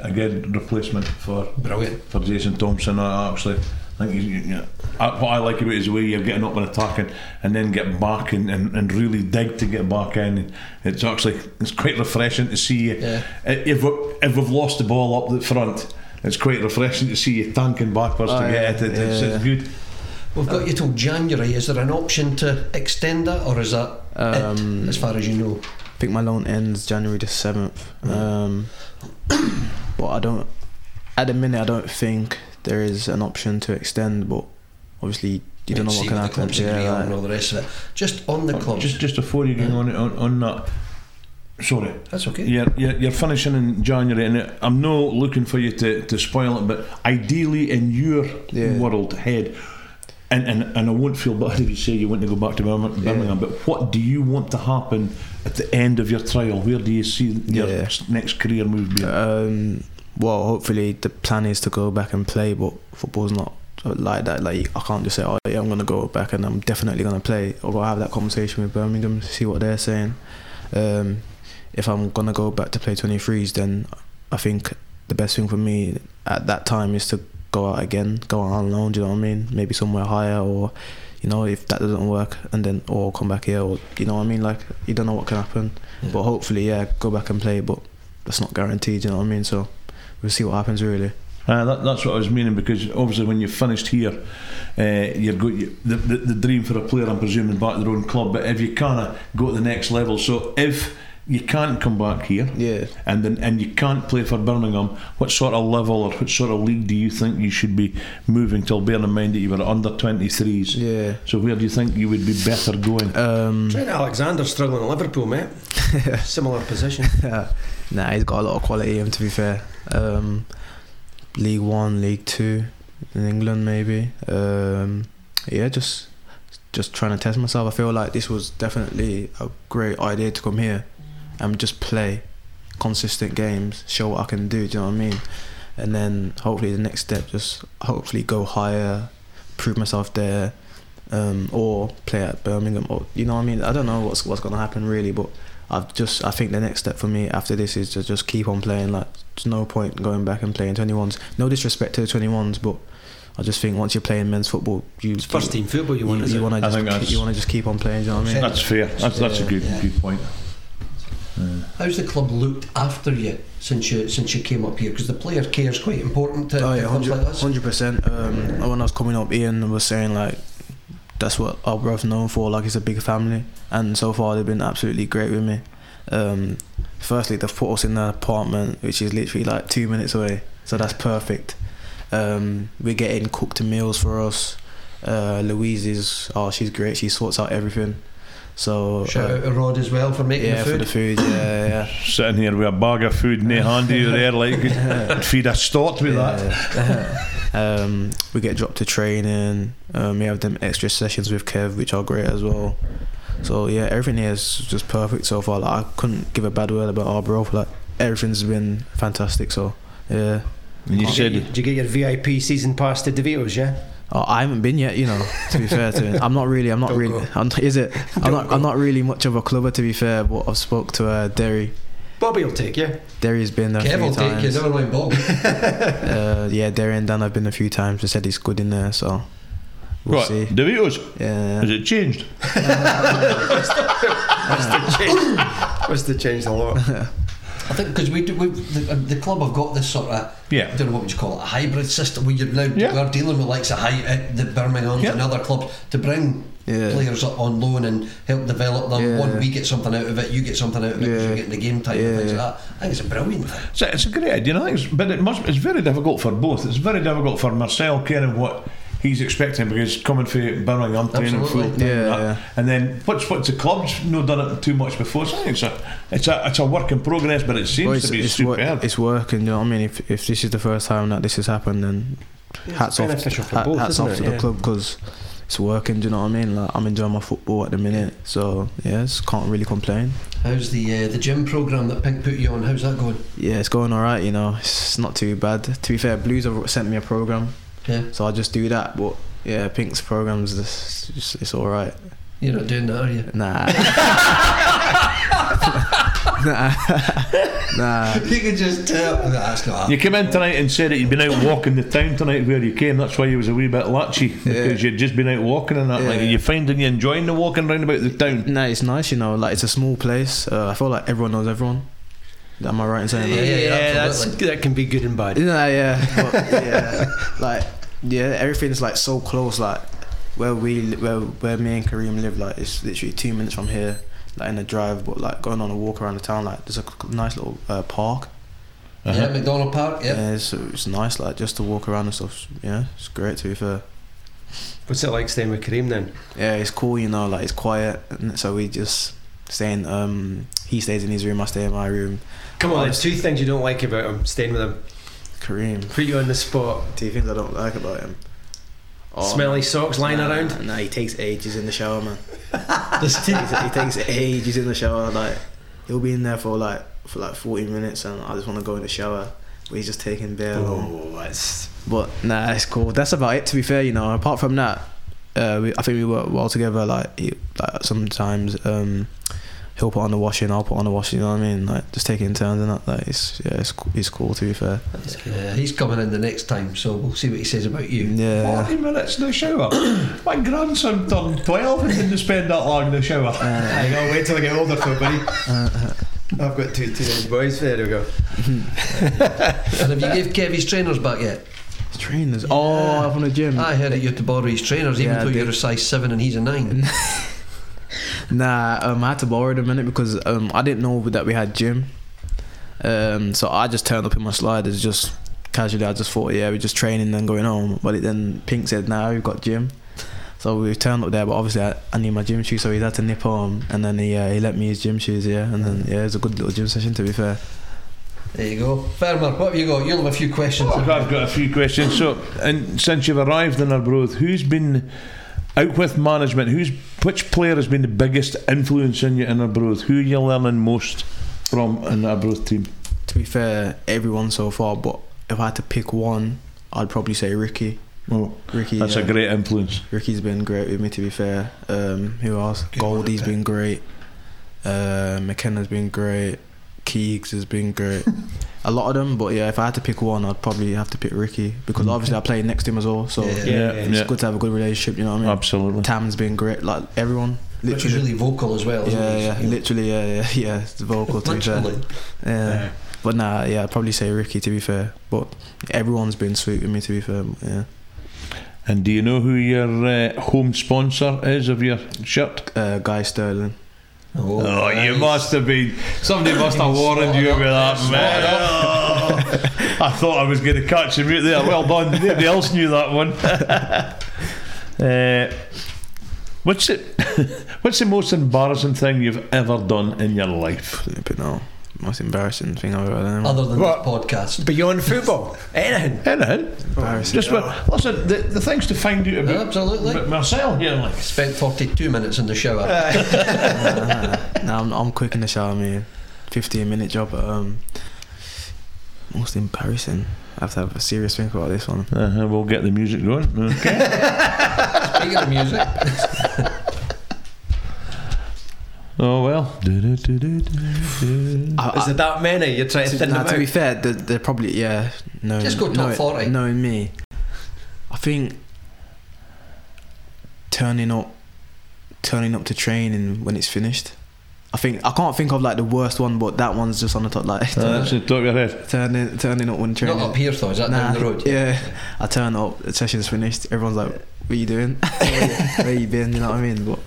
a, a good replacement for Brilliant. for Jason Thompson. I actually I think he's, you know, I, what I like about his way you're getting up and attacking and then get back and, and, and really dig to get back in. It's actually it's quite refreshing to see. Yeah. If we, if we've lost the ball up the front, it's quite refreshing to see you tanking backwards Ah, to get yeah, it. It's, yeah, it's yeah. good. We've Um, got you till January. Is there an option to extend that, or is that Um, it, as far as you know? I think my loan ends January the seventh. Mm. Um, *coughs* but I don't. At the minute, I don't think there is an option to extend. But obviously, you don't know what See can the happen. clubs agree Yeah, on and like, all the rest of it. Just on the clubs. Just just before you go on on, on that. Sorry, that's okay. You're, you're, you're finishing in January, and I'm no looking for you to, to spoil it, but ideally in your Yeah. world head, and, and, and I won't feel bad *laughs* if you say you want to go back to Birmingham, Birmingham, but what do you want to happen at the end of your trial? Where do you see your Yeah. s- next career move being? um, well, hopefully the plan is to go back and play, but football's not like that. Like I can't just say, oh yeah, I'm gonna go back and I'm definitely gonna play. I've got to have that conversation with Birmingham, see what they're saying. Um, if I'm gonna go back to play 23s, then I think the best thing for me at that time is to go out again, go out on loan. Do you know what I mean? Maybe somewhere higher, or you know, if that doesn't work, and then or come back here, or you know what I mean. Like you don't know what can happen, Yeah. but hopefully, yeah, go back and play. But that's not guaranteed. You know what I mean? So we'll see what happens. Really, Uh, that, that's what I was meaning because obviously when you finished here, uh, you're go, you, the, the the dream for a player, I'm presuming, back to their own club. But if you kind of go to the next level, so if you can't come back here, Yeah. and then and you can't play for Birmingham, what sort of level or what sort of league do you think you should be moving? Till bearing in mind that you were under 23s. Yeah. So where do you think you would be better going? um, Trent Mm. Alexander struggling in Liverpool, mate. *laughs* Similar position. nah, he's got a lot of quality. Um, to be fair, um, League One, League Two, in England maybe. Um, yeah, just just trying to test myself. I feel like this was definitely a great idea to come here and just play consistent games, show what I can do. Do you know what I mean? And then hopefully the next step, just hopefully go higher, prove myself there, um, or play at Birmingham. Or you know what I mean? I don't know what's what's gonna happen really, but I've just I think the next step for me after this is to just keep on playing. Like there's no point going back and playing 21s. No disrespect to the 21s, but I just think once you're playing men's football, you It's first team football you you want, want is it? to I think just that's- keep- you want to just keep on playing. Do you know what I mean? That's fair. That's, that's a good Yeah. good point. How's the club looked after you since you since you came up here? Because the player care is quite important to, Oh to yeah, clubs like us. hundred percent. Um, when I was coming up, Ian was saying like, that's what our brother's known for. Like it's a big family, and so far they've been absolutely great with me. Um, firstly, they've put us in an apartment which is literally like two minutes away, so that's perfect. Um, we're getting cooked meals for us. Uh, Louise is oh she's great. She sorts out everything. So Shout uh, out to Rod as well for making yeah, the food. for the food. Yeah, yeah. Sitting here with a bag of food in the hand you there, *laughs* like could feed a stort with that. Yeah. *laughs* um, we get dropped to training. Um, we have them extra sessions with Kev, which are great as well. So yeah, everything here is just perfect so far. Like, I couldn't give a bad word about our bro. Like everything's been fantastic. So yeah, Did You you, said get, did you get your VIP season pass to DeVito's, yeah? Oh, I haven't been yet, you know. To be fair to it, I'm not really. I'm not Don't really. go. I'm, is it? I'm not. Don't I'm go. not really much of a clubber, to be fair. But I've spoke to uh, Derry. Bobby will *laughs* take you. Derry's been there a Kev few will take you, times. never mind Bob. *laughs* Uh, yeah, Derry and Dan have been a few times. They said he's good in there, so we'll what? see. DeVito's? Yeah. Has it changed? Must have changed a lot. I think because we, do- we the, um, the club have got this sort of Yeah. I don't know what would you call it a hybrid system where you're now Yeah. we're dealing with likes of high, uh, the Birmingham Yeah. and other clubs to bring Yeah. players up on loan and help develop them. Yeah. One we get something out of it, you get something out of it because Yeah. you're getting the game time and things Yeah. like that. I think it's a brilliant thing. It's a, it's a great idea, and I think it's, but it must. It's very difficult for both. It's very difficult for Marcel caring what he's expecting because coming from Birmingham, training full Absolutely. time, and Yeah, that. yeah. and then what's what's the club's no done it too much before. So I think it's a it's a it's a work in progress, but it seems Well, it's, to be it's, wor- superb. it's working. You know what I mean? If, if this is the first time that this has happened, then hats off, beneficial for ha- both, hats isn't off it? to the Yeah. club because it's working. Do you know what I mean? Like I'm enjoying my football at the minute, so yes, can't really complain. How's the uh, the gym program that Pink put you on? How's that going? Yeah, it's going all right. You know, it's not too bad. To be fair, Blues have sent me a program, Yeah, so I just do that. But yeah, Pink's programs, it's, it's, it's all right. you're not doing that, are you? Nah. *laughs* nah. nah. *laughs* You can just *laughs* tell. Nah, that's not. you came in tonight and said that you'd been out walking the town tonight where you came. That's why you was a wee bit latchy because you'd just been out walking and that. Like, Yeah. are you finding you enjoying the walking round about the town? No, it's nice, you know. Like it's a small place. Uh, I feel like everyone knows everyone. Am I right in saying Yeah, that? yeah, yeah, that's, absolutely. that can be good and bad. Yeah, *laughs* yeah. But, yeah, like yeah, everything's like so close. Like where we, li- where where me and Kareem live, like it's literally two minutes from here. Like in a drive, but like going on a walk around the town, like there's a c- nice little uh, park. Yeah, uh, Uh-huh. McDonald Park. Yeah. Yeah, so it's nice, like just to walk around and stuff. Yeah, it's great to be fair. What's it like staying with Kareem then? Yeah, it's cool, you know, like it's quiet. And so we just staying. Um, he stays in his room, I stay in my room. Come on, there's two things you don't like about him staying with him. Kareem. Put you on the spot. Two things I don't like about him. Smelly socks lying Oh. nah, *laughs* around. Nah, he takes ages in the shower, man. *laughs* he, takes, he takes ages in the shower. Like he'll be in there for like for like forty minutes, and I just want to go in the shower. But he's just taking bare long. Oh, that's But nah, it's cool. That's about it. To be fair, you know. Apart from that, uh, we, I think we work well together. Like, he, like sometimes um, he'll put on the washing, I'll put on the washing. You know what I mean? Like just taking turns and that. Like it's yeah, it's co- it's cool. To be fair. Uh, he's coming in the next time, so we'll see what he says about you. Yeah. Forty minutes in the shower. My grandson turned twelve and didn't spend that long in the shower. I gotta wait till I get older for it, buddy. I've got two teenage boys. There we go. And have you gave Kev his trainers back yet? Trainers. Oh, from the gym. I heard that you had to borrow his trainers, even Yeah, I though did. Mm. you're a size seven and he's a nine. Nah, um, I had to borrow it a minute because um, I didn't know that we had gym. Um, so I just turned up in my sliders, just casually. I just thought, yeah, we're just training and going home. But it, then Pink said, nah, we've got gym. So we turned up there, but obviously I, I need my gym shoes, so he had to nip on, and then he uh, he let me his gym shoes, yeah, and then yeah, it was a good little gym session to be fair. There you go. Fermer, what have you got? You'll have a few questions. Oh, Look, I've got a few questions. So, and since you've arrived in Arbroath, who's been out with management? Who's which player has been the biggest influence in you in Arbroath? Who are you learning most from in the Arbroath team? To be fair, everyone so far, but if I had to pick one, I'd probably say Ricky. Oh, Ricky, that's yeah. a great influence. Ricky's been great with me, to be fair. Um, who else? Good one, Goldie's yeah. been great. Uh, McKenna's been great. Keegs has been *laughs* great. a lot of them, but yeah, if I had to pick one, I'd probably have to pick Ricky because obviously I played next to him as well. So Yeah. Yeah, it's good to have a good relationship. You know what I mean? absolutely. Tam's been great. Like everyone, Which is literally. really vocal as well, isn't yeah, it? yeah, literally, yeah, yeah, *laughs* yeah. It's vocal to be fair. Literally. Yeah. But nah, yeah, I'd probably say Ricky to be fair. But everyone's been sweet with me to be fair. Yeah. And do you know who your uh, home sponsor is of your shirt? Uh, Guy Sterling. Oh, Oh, you nice. must have been. Somebody *laughs* must have warned you with that, man. Oh, *laughs* I thought I was going to catch him right there. Well done. Nobody else knew that one. uh, what's it? What's the *laughs* most embarrassing thing you've ever done in your life? Flipping hell. Most embarrassing thing I've ever done. Other than What? this podcast. Beyond football, anything. Anything? Embarrassing. Just well, listen. The, the things to find out about, Absolutely. about Marcel here, like. Spent 42 minutes in the shower. *laughs* no, I'm, I'm quick in the shower, man. 15 minute job. But, um, most embarrassing. have to have a serious think about this one. Uh, we'll get the music going. Okay. Speaking of music, oh well. Du-du-du-du-du-du. I, Is it that many? You're trying to to, thin nah, them to be out. fair, they're, they're probably yeah. No, Just go top 40. Knowing me, I think turning up, turning up to training when it's finished. I think I can't think of like the worst one, but that one's just on the top. Like *laughs* Uh, that's the top of your head. turning, turning up when *laughs* training. not up here though, is that down the road? Yeah, I turn up. The session's finished. Everyone's like, "What you doing? where, you, where you been?" You know what I mean? But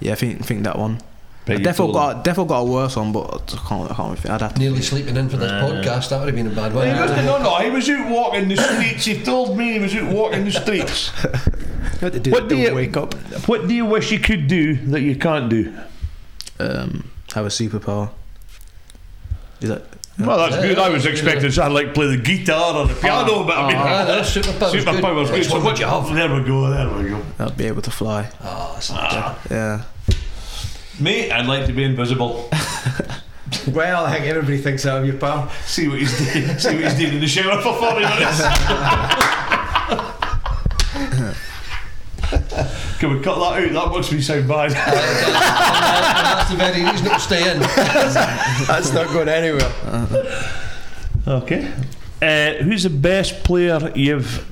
yeah, I think think that one. But I you definitely told them. got definitely got a worse one, but I just can't. I can't. think. I'd have to. Nearly sleeping in for this Nah. podcast, that would have been a bad one. He must have done that. He was out walking the streets. He told me he was out walking the *laughs* streets. What, do, What do Don't you- wake up? What do you wish you could do that you can't do? um, have a superpower. Is that? Well, that's Yeah, good. I was yeah. expecting something like play the guitar or the piano, but I mean, Ah, that's *laughs* superpowers. good. superpowers. Which So one would what you have? There we go. There we go. I'd be able to fly. Ah, that's- Yeah. Mate, I'd like to be invisible. Well, I think everybody thinks that of you, pal. See what he's doing. *laughs* See what he's doing in the shower for forty minutes. *laughs* Can we cut that out? That makes me sound bad. *laughs* and that's the very reason it'll stay in. That's not going anywhere. Okay. Uh, who's the best player you've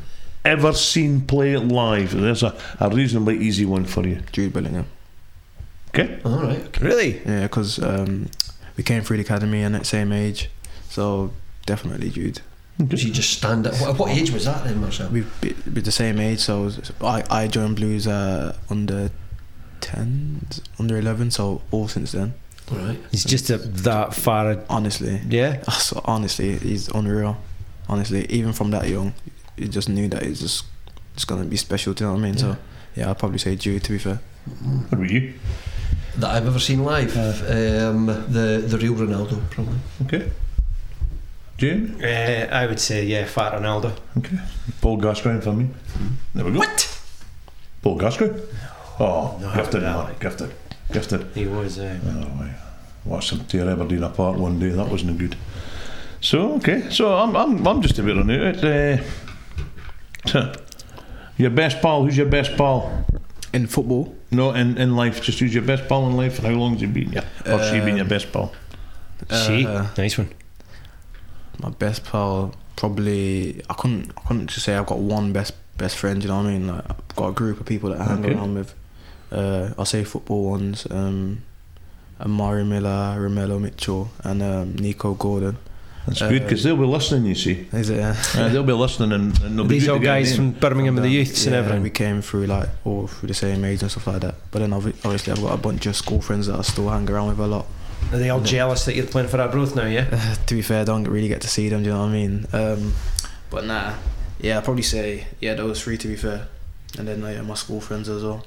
ever seen play live? There's a, a reasonably easy one for you. Jude Bellingham. Okay. All right. okay. Really? Yeah, because um, we came through the academy and at same age, so definitely Jude. So you just stand up. What, what age was that then, Marcel? We've be, we're the same age, so s- I I joined Blues uh, under ten, under eleven, so all since then. All right. He's just a, that far. Honestly, Yeah. Ah, so honestly, he's unreal. Honestly, even from that young, you just knew that he's just just gonna be special. Do you know what I mean? So yeah, I'd probably say Jude. To be fair, What about you? That I've ever seen live. Um, the the real Ronaldo, probably. Okay. Jamie? Uh, I would say, yeah, Fat Ronaldo. Okay. Paul Gascoigne for me. There we go. What? Paul Gascoigne? Oh, No, gifted, no. man. Gifted. Gifted. He was. Uh, Oh, aye. Watched him tear Aberdeen apart one day. That wasn't good. So okay, so I'm I'm, I'm just a bit on it. Uh, your best pal? Who's your best pal? in football, No, in, in life, just who's your best pal in life, and how long's he been you? Or she been your best pal? she. uh, Nice one. my best pal probably I couldn't I couldn't just say I've got one best best friend. You know what I mean? Like I've got a group of people that I hang Okay. around with. Uh, I'll say football ones. Um, Amari Miller, Romelo Mitchell, and um, Nico Gordon. That's Uh, good because they'll be listening. You see, Is it? Yeah. Uh, they'll be listening, and, and they'll be These good old to get a guys name. from Birmingham with the um, Yeah, youths and everything. We came through like all through the same age and stuff like that. But then obvi- obviously I've got a bunch of school friends that I still hang around with *laughs* a lot. are they all jealous that you're playing for Arbroath now, yeah? to be fair, I don't really get to see them. Do you know what I mean? Um, but nah, yeah, I'd probably say yeah those three to be fair, and then like, yeah, my school friends as well.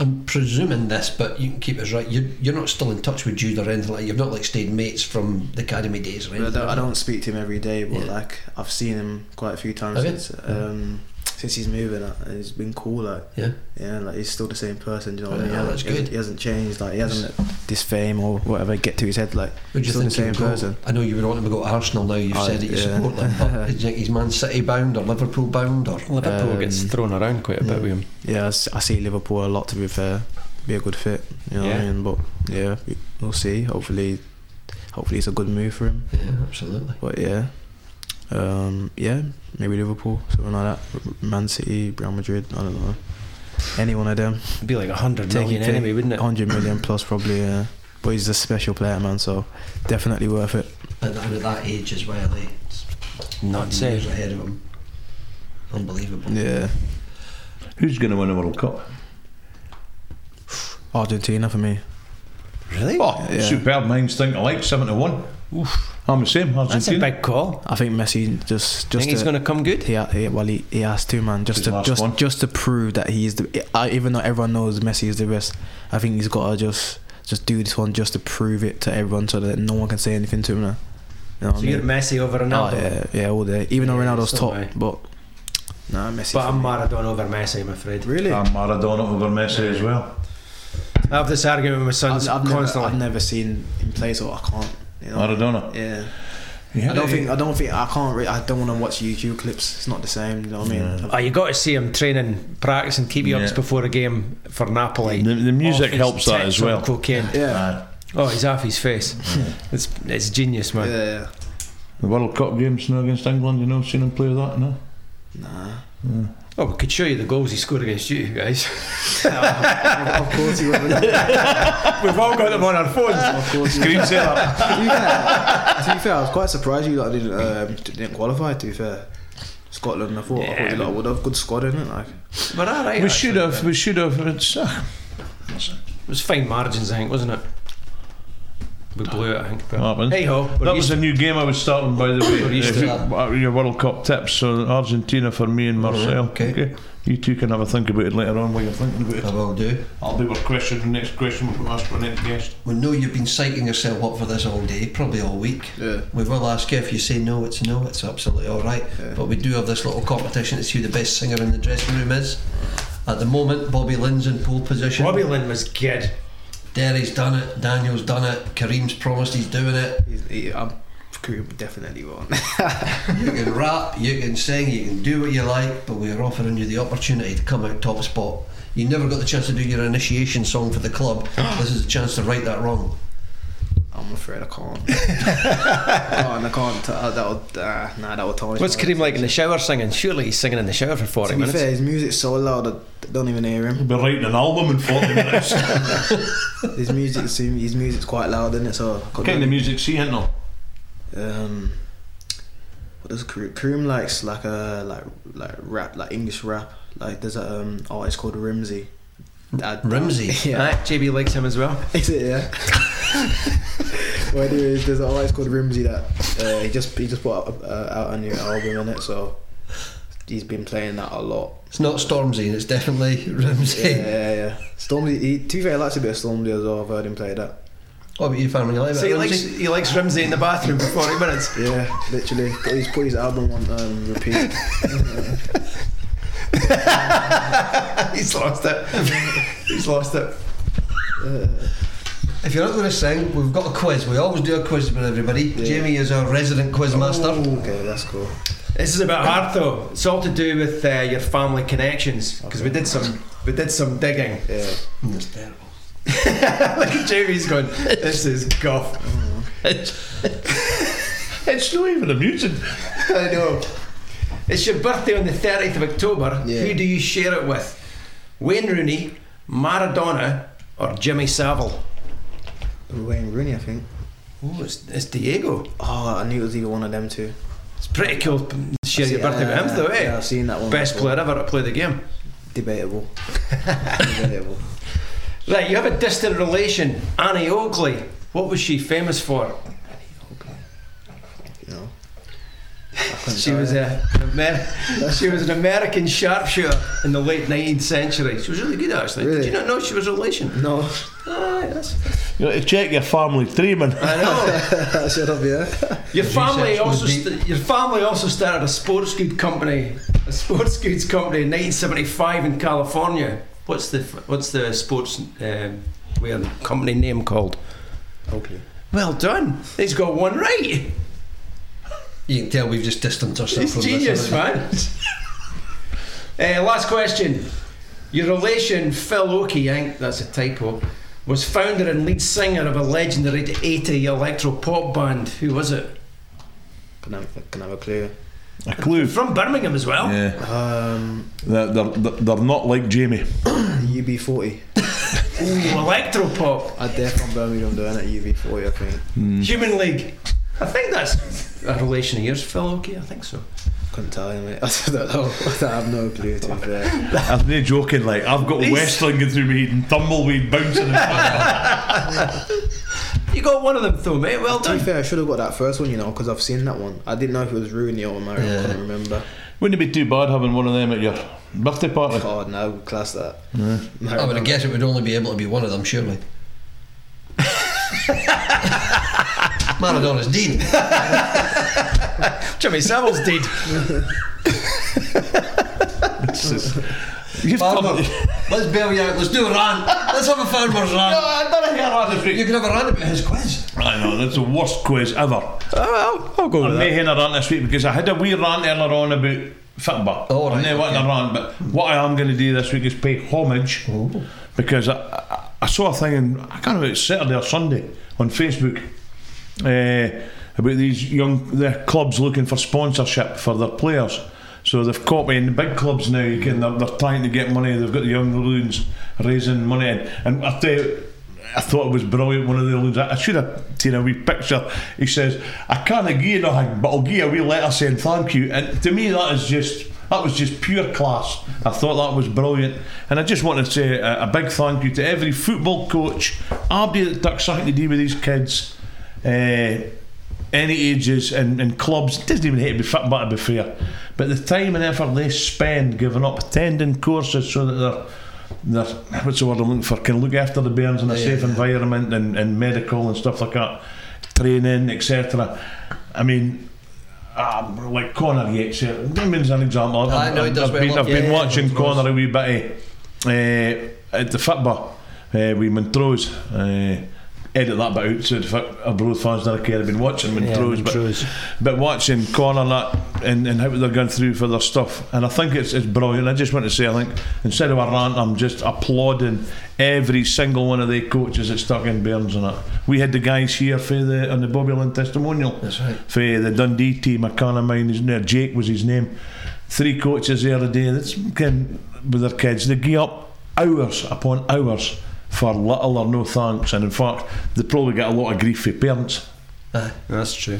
I'm presuming this, but you can keep us right. You're, you're not still in touch with Jude or anything like. You've not like stayed mates from the academy days or But I, anything. don't, I have you? don't speak to him every day, but Yeah. like I've seen him quite a few times Have you? since um, since he's moving. uh, And he's been cool. Like Yeah. yeah, like he's still the same person. Do you know what I Yeah, mean? He hasn't- that's he hasn't- good. He hasn't changed. Like he hasn't let this fame or whatever get to his head. Like Would you still the think he'd same go- person. I know you would want him to go to Arsenal now. You've I- said that you yeah. support them, *laughs* but do you think he's Man City bound or Liverpool bound or? Liverpool Um, gets thrown around quite a bit with him. yeah, I s- I see Liverpool a lot to be fair. Be a good fit, you know what I Yeah. mean? But yeah, we- we'll see. Hopefully, hopefully it's a good move for him. Yeah, absolutely. But yeah, um, yeah, maybe Liverpool, something like that. R- Man City, Real Madrid, I don't know. Any one of them, It'd be like 100 Take million it, take anyway, wouldn't it? *coughs* 100 million plus probably. Yeah. But he's a special player, man. So definitely worth it. At that, at that age as well, eh? It's Not years safe. ahead of him. Unbelievable. Yeah, Who's going to win a World Cup? Argentina for me. Really? Oh, Yeah. superb minds think alike. Seven to one. I'm the same. That's a Argentina. big call. I think Messi just I just think he's to- going to come good. He, ha- he well he, he has to man just His to last just one. just to prove that he's the I, even though everyone knows Messi is the best I think he's got to just just do this one just to prove it to everyone so that no one can say anything to him now you know what So I mean you're Messi over Ronaldo. Oh, yeah yeah all day even though Yeah, Ronaldo's so top am I. but nah Messi But for I'm me. Maradona over Messi, I'm afraid. really I'm Ah, Maradona over Messi as well. I have this argument with my I've, sons I've never, constantly. I've never seen him play so I can't you know Maradona. yeah Yeah, I don't yeah. think I don't think I can't. Re- I don't want to watch YouTube clips. It's not the same. You know what I mean? Oh, you got to see him training, practicing keep-ups Yeah. before a game for Napoli. The- the music Off his helps that tits as well. on Cocaine. Yeah. Aye. Oh, he's off his face. it's it's genius, Yeah. man. yeah. The World Cup games now against England, you know, seen him play that, no? Nah. Oh, we could show you the goals he scored against you guys. *laughs* of course you would. We've all got them on our phones. Of course you would. *laughs* Screensaver. to be fair, to be fair, I was quite surprised you lot didn't um, didn't qualify. To be fair, Scotland, I thought, I thought you lot would have good squad in it. Like, *laughs* But all right, we actually. should have, we should have. It's, uh, It was fine margins, I think, wasn't it? We blew it, I think. But happened. hey ho, that was a new game I was starting, by the way. used If to *coughs* you- that. uh, your World Cup tips, so Argentina for me and Marcel. okay. You two can have a think about it later on while you're thinking about it. I will do. *laughs* I'll be with question, the next question we'll ask for next guest. We know you've been psyching yourself up for this all day, probably all week. Yeah. We will ask you if you say no, it's no, it's absolutely all right. Yeah. But we do have this little competition to see who the best singer in the dressing room is. At the moment, Bobby Lynn's in pole position. Bobby Lynn was good. Derry's done it, Daniel's done it, Kareem's promised he's doing it. he's, he, I'm definitely wrong. *laughs* You can rap, you can sing, you can do what you like, but we're offering you the opportunity to come out top spot. You never got the chance to do your initiation song for the *gasps* club. Ah. this is a chance to right that wrong. I'm afraid I can't. *laughs* I can't. I can't. T- uh, that would, uh, nah, that would tarnish. What's my- Kareem like in the shower singing? Surely he's singing in the shower for 40 To be minutes. fair, his music's so loud I don't even hear him. We'll be writing an album in 40 *laughs* minutes. His music, his music's quite loud, isn't it? So I what can't kind of music she in though? um, what does Kareem, Kareem likes like a like like rap like English rap like there's a um artist called Rimsey. Uh, Rimsey? *laughs* yeah, Aye, JB likes him as well. is it yeah? well, anyways, there's an artist called Rimsey that uh, he just he just put out, uh, out a new album in it, so he's been playing that a lot. It's not Stormzy, and it's definitely *laughs* Rimsey. Yeah, yeah, yeah. Stormzy, he, to be fair, he likes a bit of Stormzy as well. I've heard him play that. What about you, family? You like So that, he Rimsey? likes, he likes Rimsey in the bathroom for 40 minutes. Yeah, literally. But He's put his album on um, repeat. *laughs* he's lost it. he's lost it. If you're not going to sing, we've got a quiz. We always do a quiz with everybody. Jamie is our resident Oh. quiz master. Mm, okay, that's cool. This is a bit hard though. It's all to do with uh, your family connections because we did some we did some digging. *laughs* Yeah. That's terrible. Look at Jamie's going. This is *laughs* guff. It's not even amusing. I know. It's your birthday on the 30th of October. Yeah. Who do you share it with? Wayne Rooney, Maradona, or Jimmy Savile? Wayne Rooney, I think. Oh, it's, it's Diego. Oh, I knew it was either one of them two. It's pretty cool to share your Yeah, birthday with him, though, eh? Yeah, I've seen that one. Best before. player ever to play the game. Debatable. Debatable. Right, you have a distant relation, Annie Oakley. What was she famous for? You know. She was a an Amer- *laughs* she was an American sharpshooter in the late 19th century. She was really good, actually. Did Really? Mm. you not know she was a relation? No, Ah, yes. You got to check your family tree, man. I know. shut up, yeah. Your family research was also deep. st- your family also started a sports good company, a sports goods company in 1975 in California. What's the f- what's the sports um, wear company name called? Okay. Well done. He's got one right. You can tell we've just distanced ourselves from He's genius, this. haven't man. uh, last question. Your relation Phil Oakey, I think that's a typo, was founder and lead singer of a legendary 80 electro pop band. Who was it? Can I, can I have a clue? A clue. From Birmingham as well. Yeah, Um, *clears throat* they're, they're, they're not like Jamie. UB40. Ooh, electro pop. I dare from Birmingham doing it. UB40, I think. Human League. I think that's a relation of yours, Phil. Okay, I think so. Couldn't tell you, mate. *laughs* I don't know. I have no clue. To be fair. I'm not joking, like, I've got He's- wrestling through me and tumbleweed bouncing *laughs* in front of me. You got one of them though, mate. Well To *laughs* be done. fair, I should have got that first one, you know, because I've seen that one. I didn't know if it was Rooney or Mario. I couldn't remember. Wouldn't it be too bad having one of them at your birthday party? God, no, class that. we? I would guess it would only be able to be one of them, *laughs* surely. Maradona's Dean. Jimmy Savile's *laughs* dead. It's just- You've Farmer. turned- Let's bail you out. Let's do a rant. Let's have a farmer's rant. I've done a hair on the You freak. can have a rant about his quiz. I know, that's the worst quiz ever. Oh, I'll, I'll go I'm with not that. having a rant this week because I had a wee rant earlier on about Fitba. Oh, I'm right, not wanting okay. a rant, but what I am going to do this week is pay homage Oh. because I, I, I saw a thing, in, I can't remember, it's Saturday or Sunday on Facebook eh, about these young the clubs looking for sponsorship for their players. So they've caught me in the big clubs now, you can, they're, they're trying to get money, they've got the young loons raising money. And, and I tell you, I thought it was brilliant. One of the loons, I should have seen a wee picture. He says, "I can't give you nothing, but I'll give you a wee letter saying thank you." And to me, that is just that was just pure class. I thought that was brilliant, and I just want to say a, a big thank you to every football coach, everybody that took something to do with these kids, eh, any ages and, and clubs. It doesn't even have to be fit, but to be fair, but the time and effort they spend giving up attending courses so that they're they're, what's the word I'm looking for, can look after the bairns in a Yeah, safe yeah. environment and, and medical and stuff like that, training, etc. I mean, ah, like Connor Yates, here, that means an example. I've, Aye, no, he I've, does I've been, well. I've been Yeah, watching of course. Connor a wee bit eh, eh, at the football uh, with Montrose. eh, edit that bit out so the fuck- our broad fans don't care. I've been watching Montrose, but Montrose. but watching Connor that and, and how they're going through for their stuff and I think it's, it's brilliant I just want to say I think instead of a rant I'm just applauding every single one of the coaches that stuck in Burns and that we had the guys here for the on the Bobby Lynn testimonial That's right. for the Dundee team I can't mind his name Jake was his name three coaches the other day that's can with their kids they give up hours upon hours for little or no thanks and in fact they probably get a lot of grief for parents That's true.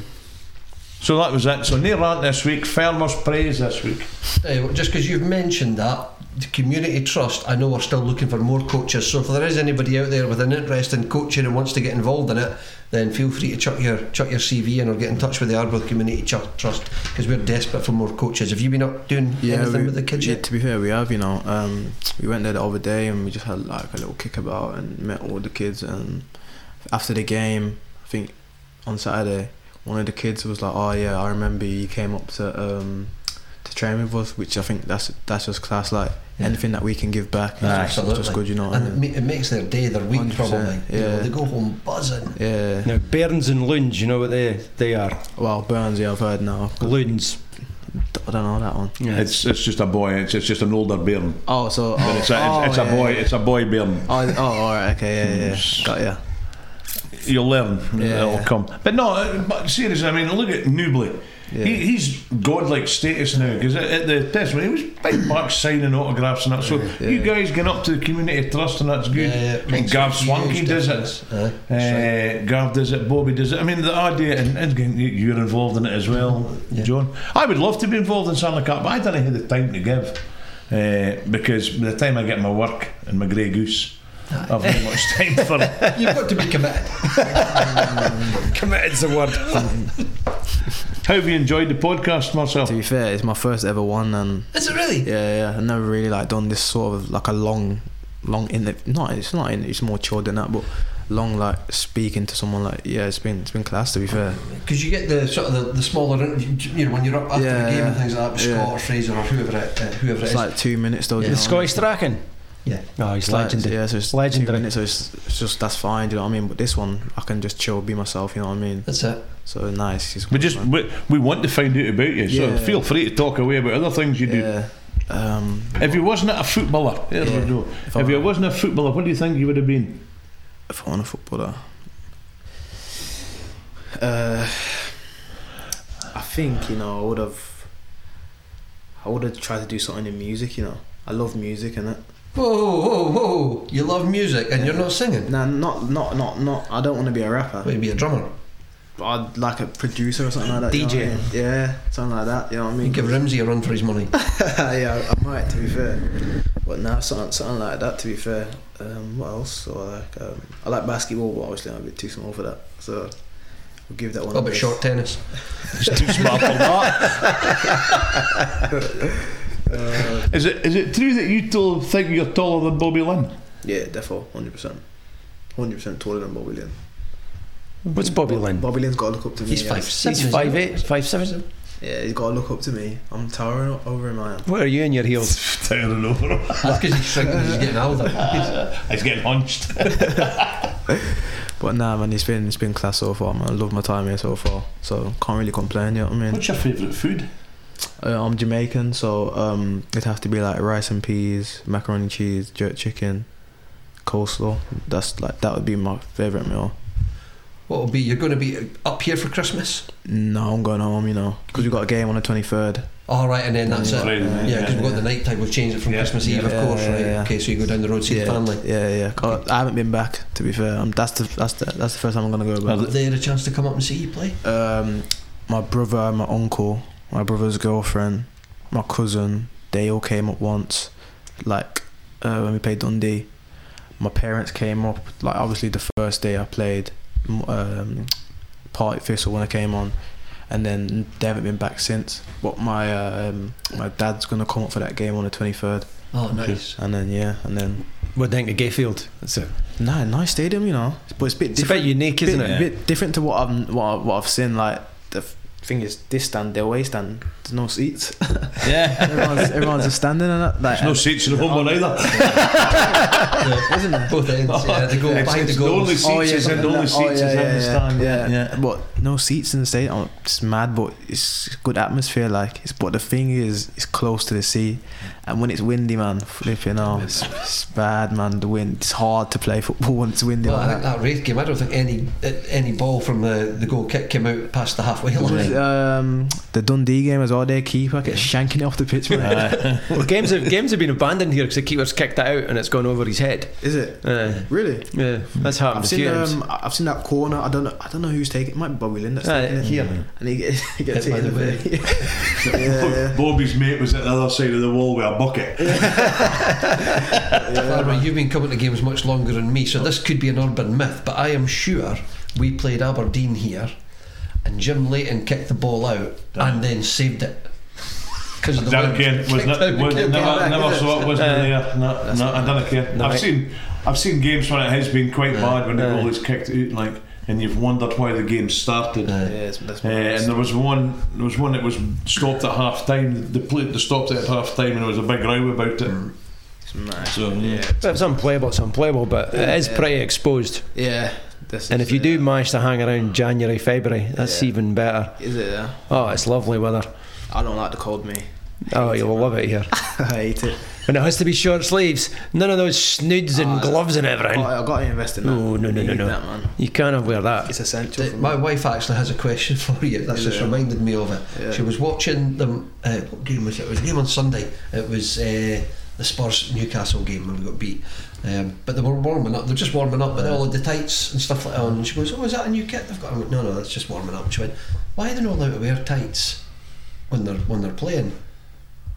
so that was it. So no rant this week. Farmers praise this week. Hey, well, just because you've mentioned that, the community trust, I know we're still looking for more coaches. So if there is anybody out there with an interest in coaching and wants to get involved in it, then feel free to chuck your chuck your CV in or get in touch with the Arbroath Community Chu- Trust because we're desperate for more coaches. Have you been up doing anything we- with the kids yeah, yet? to be fair, we have, you know. Um, we went there the other day and we just had like a little kick about and met all the kids. And after the game, I think on Saturday, one of the kids was like, "Oh yeah, I remember you came up to um, to train with us," which I think that's that's just class. Like Yeah. anything that we can give back, is Aye, just, it's absolutely. just good, you know. What And I it, mean? ma- it makes their day, their week 100%, probably. You know, yeah. they go home buzzing. Yeah. Now, Bairns and Loons, you know what they they are? Well, Burns, yeah, I've heard now. Loons. I don't know that one. Yeah. It's it's just a boy. It's, it's just an older bairn. Oh, so oh, But it's a, oh, it's, it's yeah, a boy. yeah. It's a boy bairn. Oh, oh, all right, okay, yeah, yeah, yeah. got ya. You'll learn. uh, Yeah. It'll come. But no. uh, But seriously, I mean, look at Newbley. Yeah. He, he's godlike status now because at, at the testimony he was big back signing autographs and that. So Yeah. you guys getting up to the community trust and that's good. Yeah, yeah, it I mean, Uh, makes Gav a huge Swankey does difference. it. Aye, that's right. Uh, Gav does it, Bobby does it. I mean, the idea, and, and again, you- you're involved in it as well, Yeah. John. I would love to be involved in something like that, but I don't have the time to give uh, because by the time I get my work and my grey goose, I've not much time for *laughs* it. You've got to be committed. Committed's a word. How have you enjoyed the podcast, Marcel? To be fair, it's my first ever one, and Is it really? yeah, yeah, I've never really like done this sort of like a long, long in Not it's not in. It's more chilled than that, but long like speaking to someone like yeah, it's been it's been class. To be fair, Because you get the sort of the, the smaller, interview, you know, when you're up after Yeah, the game and yeah. things like that, with Yeah. Scott or Fraser or whoever it, uh, whoever it it's is. like two minutes though. Yeah. you The know what I Scottish mean? Strachan. yeah. Oh, he's It's like- legendary. Yeah, so it's Legendary. Two minutes, so it's, it's just that's fine. Do you know what I mean? But this one, I can just chill, be myself. You know what I mean? That's it. So nice. It's We good, just man. we, we want to find out about you, so Yeah. feel free to talk away about other things you do. yeah. Um, If you wasn't a footballer, there Yeah. we go. If if, I, you wasn't a footballer, what do you think you would have been? if I want a footballer, uh, I think you know I would have. I would have tried to do something in music. You know, I love music and it. Whoa, whoa, whoa! You love music and you're Yeah. not singing. Nah, not not not not. I don't want to be a rapper. Maybe a drummer. But I'd like a producer or something like that. you know DJ. what I mean? Yeah, something like that. You know what I You mean? give Rimsey a run for his money. *laughs* yeah, I might to be fair. But now something something like that to be fair. Um, what else? So I like um, I like basketball, but obviously I'm a bit too small for that. So we'll give that one. What about miss. Oh, short tennis? It's too smart for that. *laughs* Uh, is it is it true that you tall, think you're taller than Bobby Lynn? Yeah, defo, hundred percent, hundred percent taller than Bobby Lynn. What's Bobby Lynn? Bobby Lynn's got to look up to me. He's yeah. five seven. He's five eight, five seven. Yeah, he's got to look up to me. I'm towering o- over him. I am. What are you in your heels? Towering over him. That's because he's shrinking. He's getting older. He's getting hunched. But nah, man, it's been it's been class so far, man. I love my time here so far, so can't really complain. You know what I mean? What's your favourite food? Uh, I'm Jamaican, so um, it'd have to be like rice and peas, macaroni and cheese, jerk chicken, coleslaw. That's like that would be my favorite meal. What will be? You're going to be up here for Christmas. No, I'm going home. You know, because we got a game on the 23rd. All right, and then that's it. Friday night, Yeah, because we've got yeah. the night time. We've changed it from Yeah, Christmas Eve, yeah, of course. yeah, right. yeah. Okay, so you go down the road see yeah, the family. Yeah, yeah. I- I haven't been back to be fair. Um, that's the that's the that's the first time I'm gonna Uh, go back. Have they had a chance to come up and see you play? um, my brother, and my uncle, my brother's girlfriend, my cousin, they all came up once, like uh, when we played Dundee. My parents came up, like obviously the first day I played, m- um, Party Thistle when I came on, and then they haven't been back since. But my uh, um, my dad's gonna come up for that game on the twenty third, Oh, nice. and then yeah, and then What do you think of Gayfield? It's a, nah, nice stadium, you know, but it's a bit it's a different bit unique, isn't bit, it? bit different to what I'm what, I, what I've seen. Like the f- thing is, this stand, the away stand, there's no seats. *laughs* Yeah. everyone's, everyone's just standing and that. Like, There's no seats in the home one either. Yeah. isn't there? Both ends. yeah, the goal It's- behind the it's the goal. only- seats is in, something only like that. Oh, seats is yeah, in yeah, the stand, Yeah. yeah. but no seats in the stadium. oh, It's mad, but it's good atmosphere. Like, it's but the thing is, it's close to the sea, and when it's windy, man, flipping out, it's, it's bad, man. The wind. It's hard to play football when it's windy. Well, I like think that. that Wraith game. I don't think any uh, any ball from the, the goal kick came out past the halfway It was, line. um, the Dundee game as well. Their keeper kept shanking it off the pitch. Man. Well, games have games have been abandoned here because the keeper's kicked it out and it's gone over his head. *laughs* Is it Uh, really? yeah, that's happened I've a seen few times. um, I've seen that corner. I don't know. I don't know who's taking. It might be Bobby Lynn that's Aye, taking it. here. And he gets, *laughs* he gets Hit hit by in the the face. *laughs* yeah, yeah. Bobby's mate was at the other side of the wall with a bucket. Barbara, you've been coming to games much longer than me, so this could be an urban myth, but I am sure we played Aberdeen here and Jim Leighton kicked the ball out and then saved it. Because of the wind. *laughs* Danakin was Kicked not, out, was kicked never, back, never is it? saw it, wasn't there. No, no, I don't care. No, I've mate. seen, I've seen games when it has been quite bad when the aye. goal is kicked out, like, and you've wondered why the game started. Yeah, Aye. it's- that's Uh, and yeah, there was one, there was one that was stopped at half time. They played, they stopped it at half time, and there was a big row about it. Mm. it's mad. So yeah, If it's unplayable, it's unplayable, but it is Yeah. pretty exposed. Yeah, that's And if you it. do manage to hang around January, February, that's Yeah. even better. is it? Yeah. Oh, it's lovely weather. I don't like the cold me. *laughs* Oh, you'll love it here. I hate it. And it has to be short sleeves. None of those snoods and Ah, gloves and everything. I got to invest in that. Oh, no, no, You no, need no. That man, You cannot wear that. it's essential. Th- For My me. wife actually has a question *laughs* for you. That's Is just it? reminded me of it. Yeah. She was watching them. Uh, what game was it? It was a game on Sunday. It was uh, the Spurs Newcastle game when we got beat. Um, but they were warming up. They were just warming up with all of the tights and stuff like that. on. And she goes, "Oh, is that a new kit they've got?" I went, "No, no, that's just warming up." She went, "Why are they not allowed to wear tights when they're when they're playing?"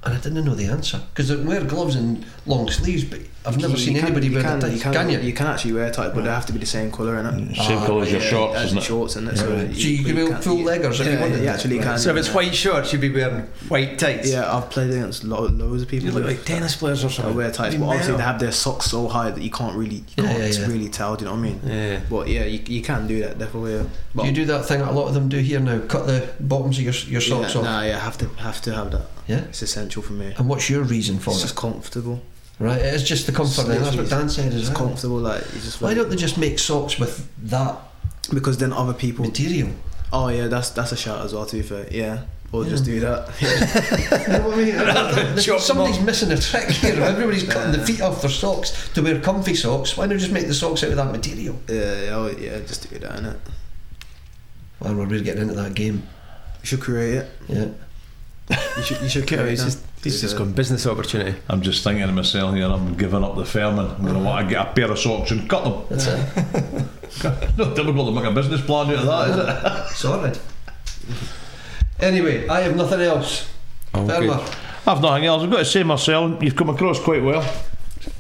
And I didn't know the answer because they can wear gloves and long sleeves, but I've never You seen can- anybody you wear can, the tights. you Can, can, you? You can actually wear tights, but they have to be the same colour, innit? Mm, same Ah, colour as your Yeah, shorts, as isn't it? Shorts, innit? So Right. So you can but wear can't- full you- leggers if you yeah, wanted You to. actually Right. can. So yeah. white shorts, you'd be wearing white tights. Yeah, I've played against lo- loads of people. You look with like tennis players or I something. wear tights, You but obviously melt. they have their socks so high that you can't really, you Yeah, can't yeah, yeah. really tell. Do you know what I mean? Yeah. But yeah, you, you can do that definitely. Yeah. But Do you do that thing that a lot of them do here now? Cut the bottoms of your your yeah, socks off. Nah, yeah, have to have to have that. Yeah. It's essential for me. And what's your reason for It's it? just comfortable. Right, it's just the comfort. Then. That's what Dan said. It's Is just it? comfortable. Like you just. Why don't they just make socks with that Because then other people. material? Oh yeah, that's that's a shout as well. To be fair, yeah. Or just do that. *laughs* You know what I mean? If Chop them Somebody's off. missing a trick here. If everybody's cutting the feet off their socks to wear comfy socks, why not just make the socks out of that material? yeah, yeah, oh, yeah, just do that. Innit? Well, we're really getting into that game. You should create it. Yeah. You should. You should Yeah, create he's it. just, he's just gone business opportunity. I'm just thinking to myself here. I'm giving up the firming. I'm going to want to get a pair of socks and cut them. *laughs* That's it. No, difficult to make a business plan out of that, is it? Sorted. Anyway, I have nothing else. Oh, Fermer. I've nothing else. I've got to say, Marcel, you've come across quite well.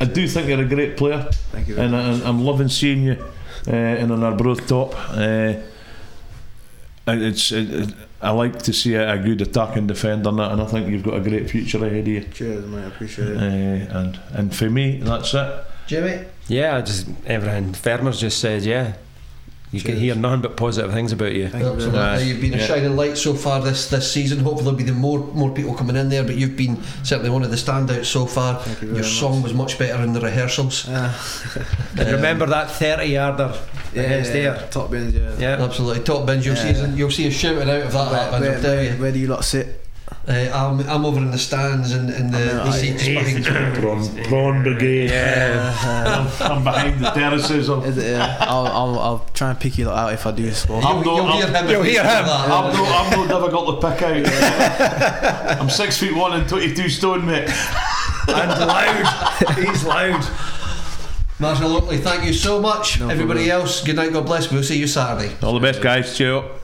I do think you're a great player, Thank you. Very and, I- and I'm loving seeing you uh, in an Arbroath top. Uh, and it's it, it- I like to see a, a good attacking defender, and that, and I think you've got a great future ahead of you. much. Cheers, mate. I appreciate Uh, it. and and for me, that's it. Jimmy? Yeah, I just everything. Farmers just said, yeah, You can hear nothing but positive things about you. Thank you very Absolutely. much. much. You've been a Yeah. shining light so far this, this season. Hopefully, there'll be the more more people coming in there. But you've been certainly one of the standouts so far. Thank you very Your song was much better in the rehearsals. Ah, And remember that 30 yarder yeah, against yeah, there. top bins, yeah. *laughs* Yeah. Absolutely top bins. You'll Yeah. see us, you'll see us shouting out of that. Where, up, and where, I'll tell where, you, where do you lot sit? uh, I'm, I'm over in the stands and in the, know, the I- seats. behind- Prawn, prawn brigade. *laughs* I'm, I'm behind the terraces. Of, Is it, yeah. I'll, I'll, I'll try and pick you lot out if I do score. I'm You'll, not- you'll I'm- hear him. if you'll we hear do him. that. I'm no, I'm no difficult to pick out. I'm six feet one and 22 stone, mate. And *laughs* loud. He's loud. Marshall Oakley, thank you so much. No Everybody else, good night. God bless. We'll see you Saturday. All the best, guys. Cheers.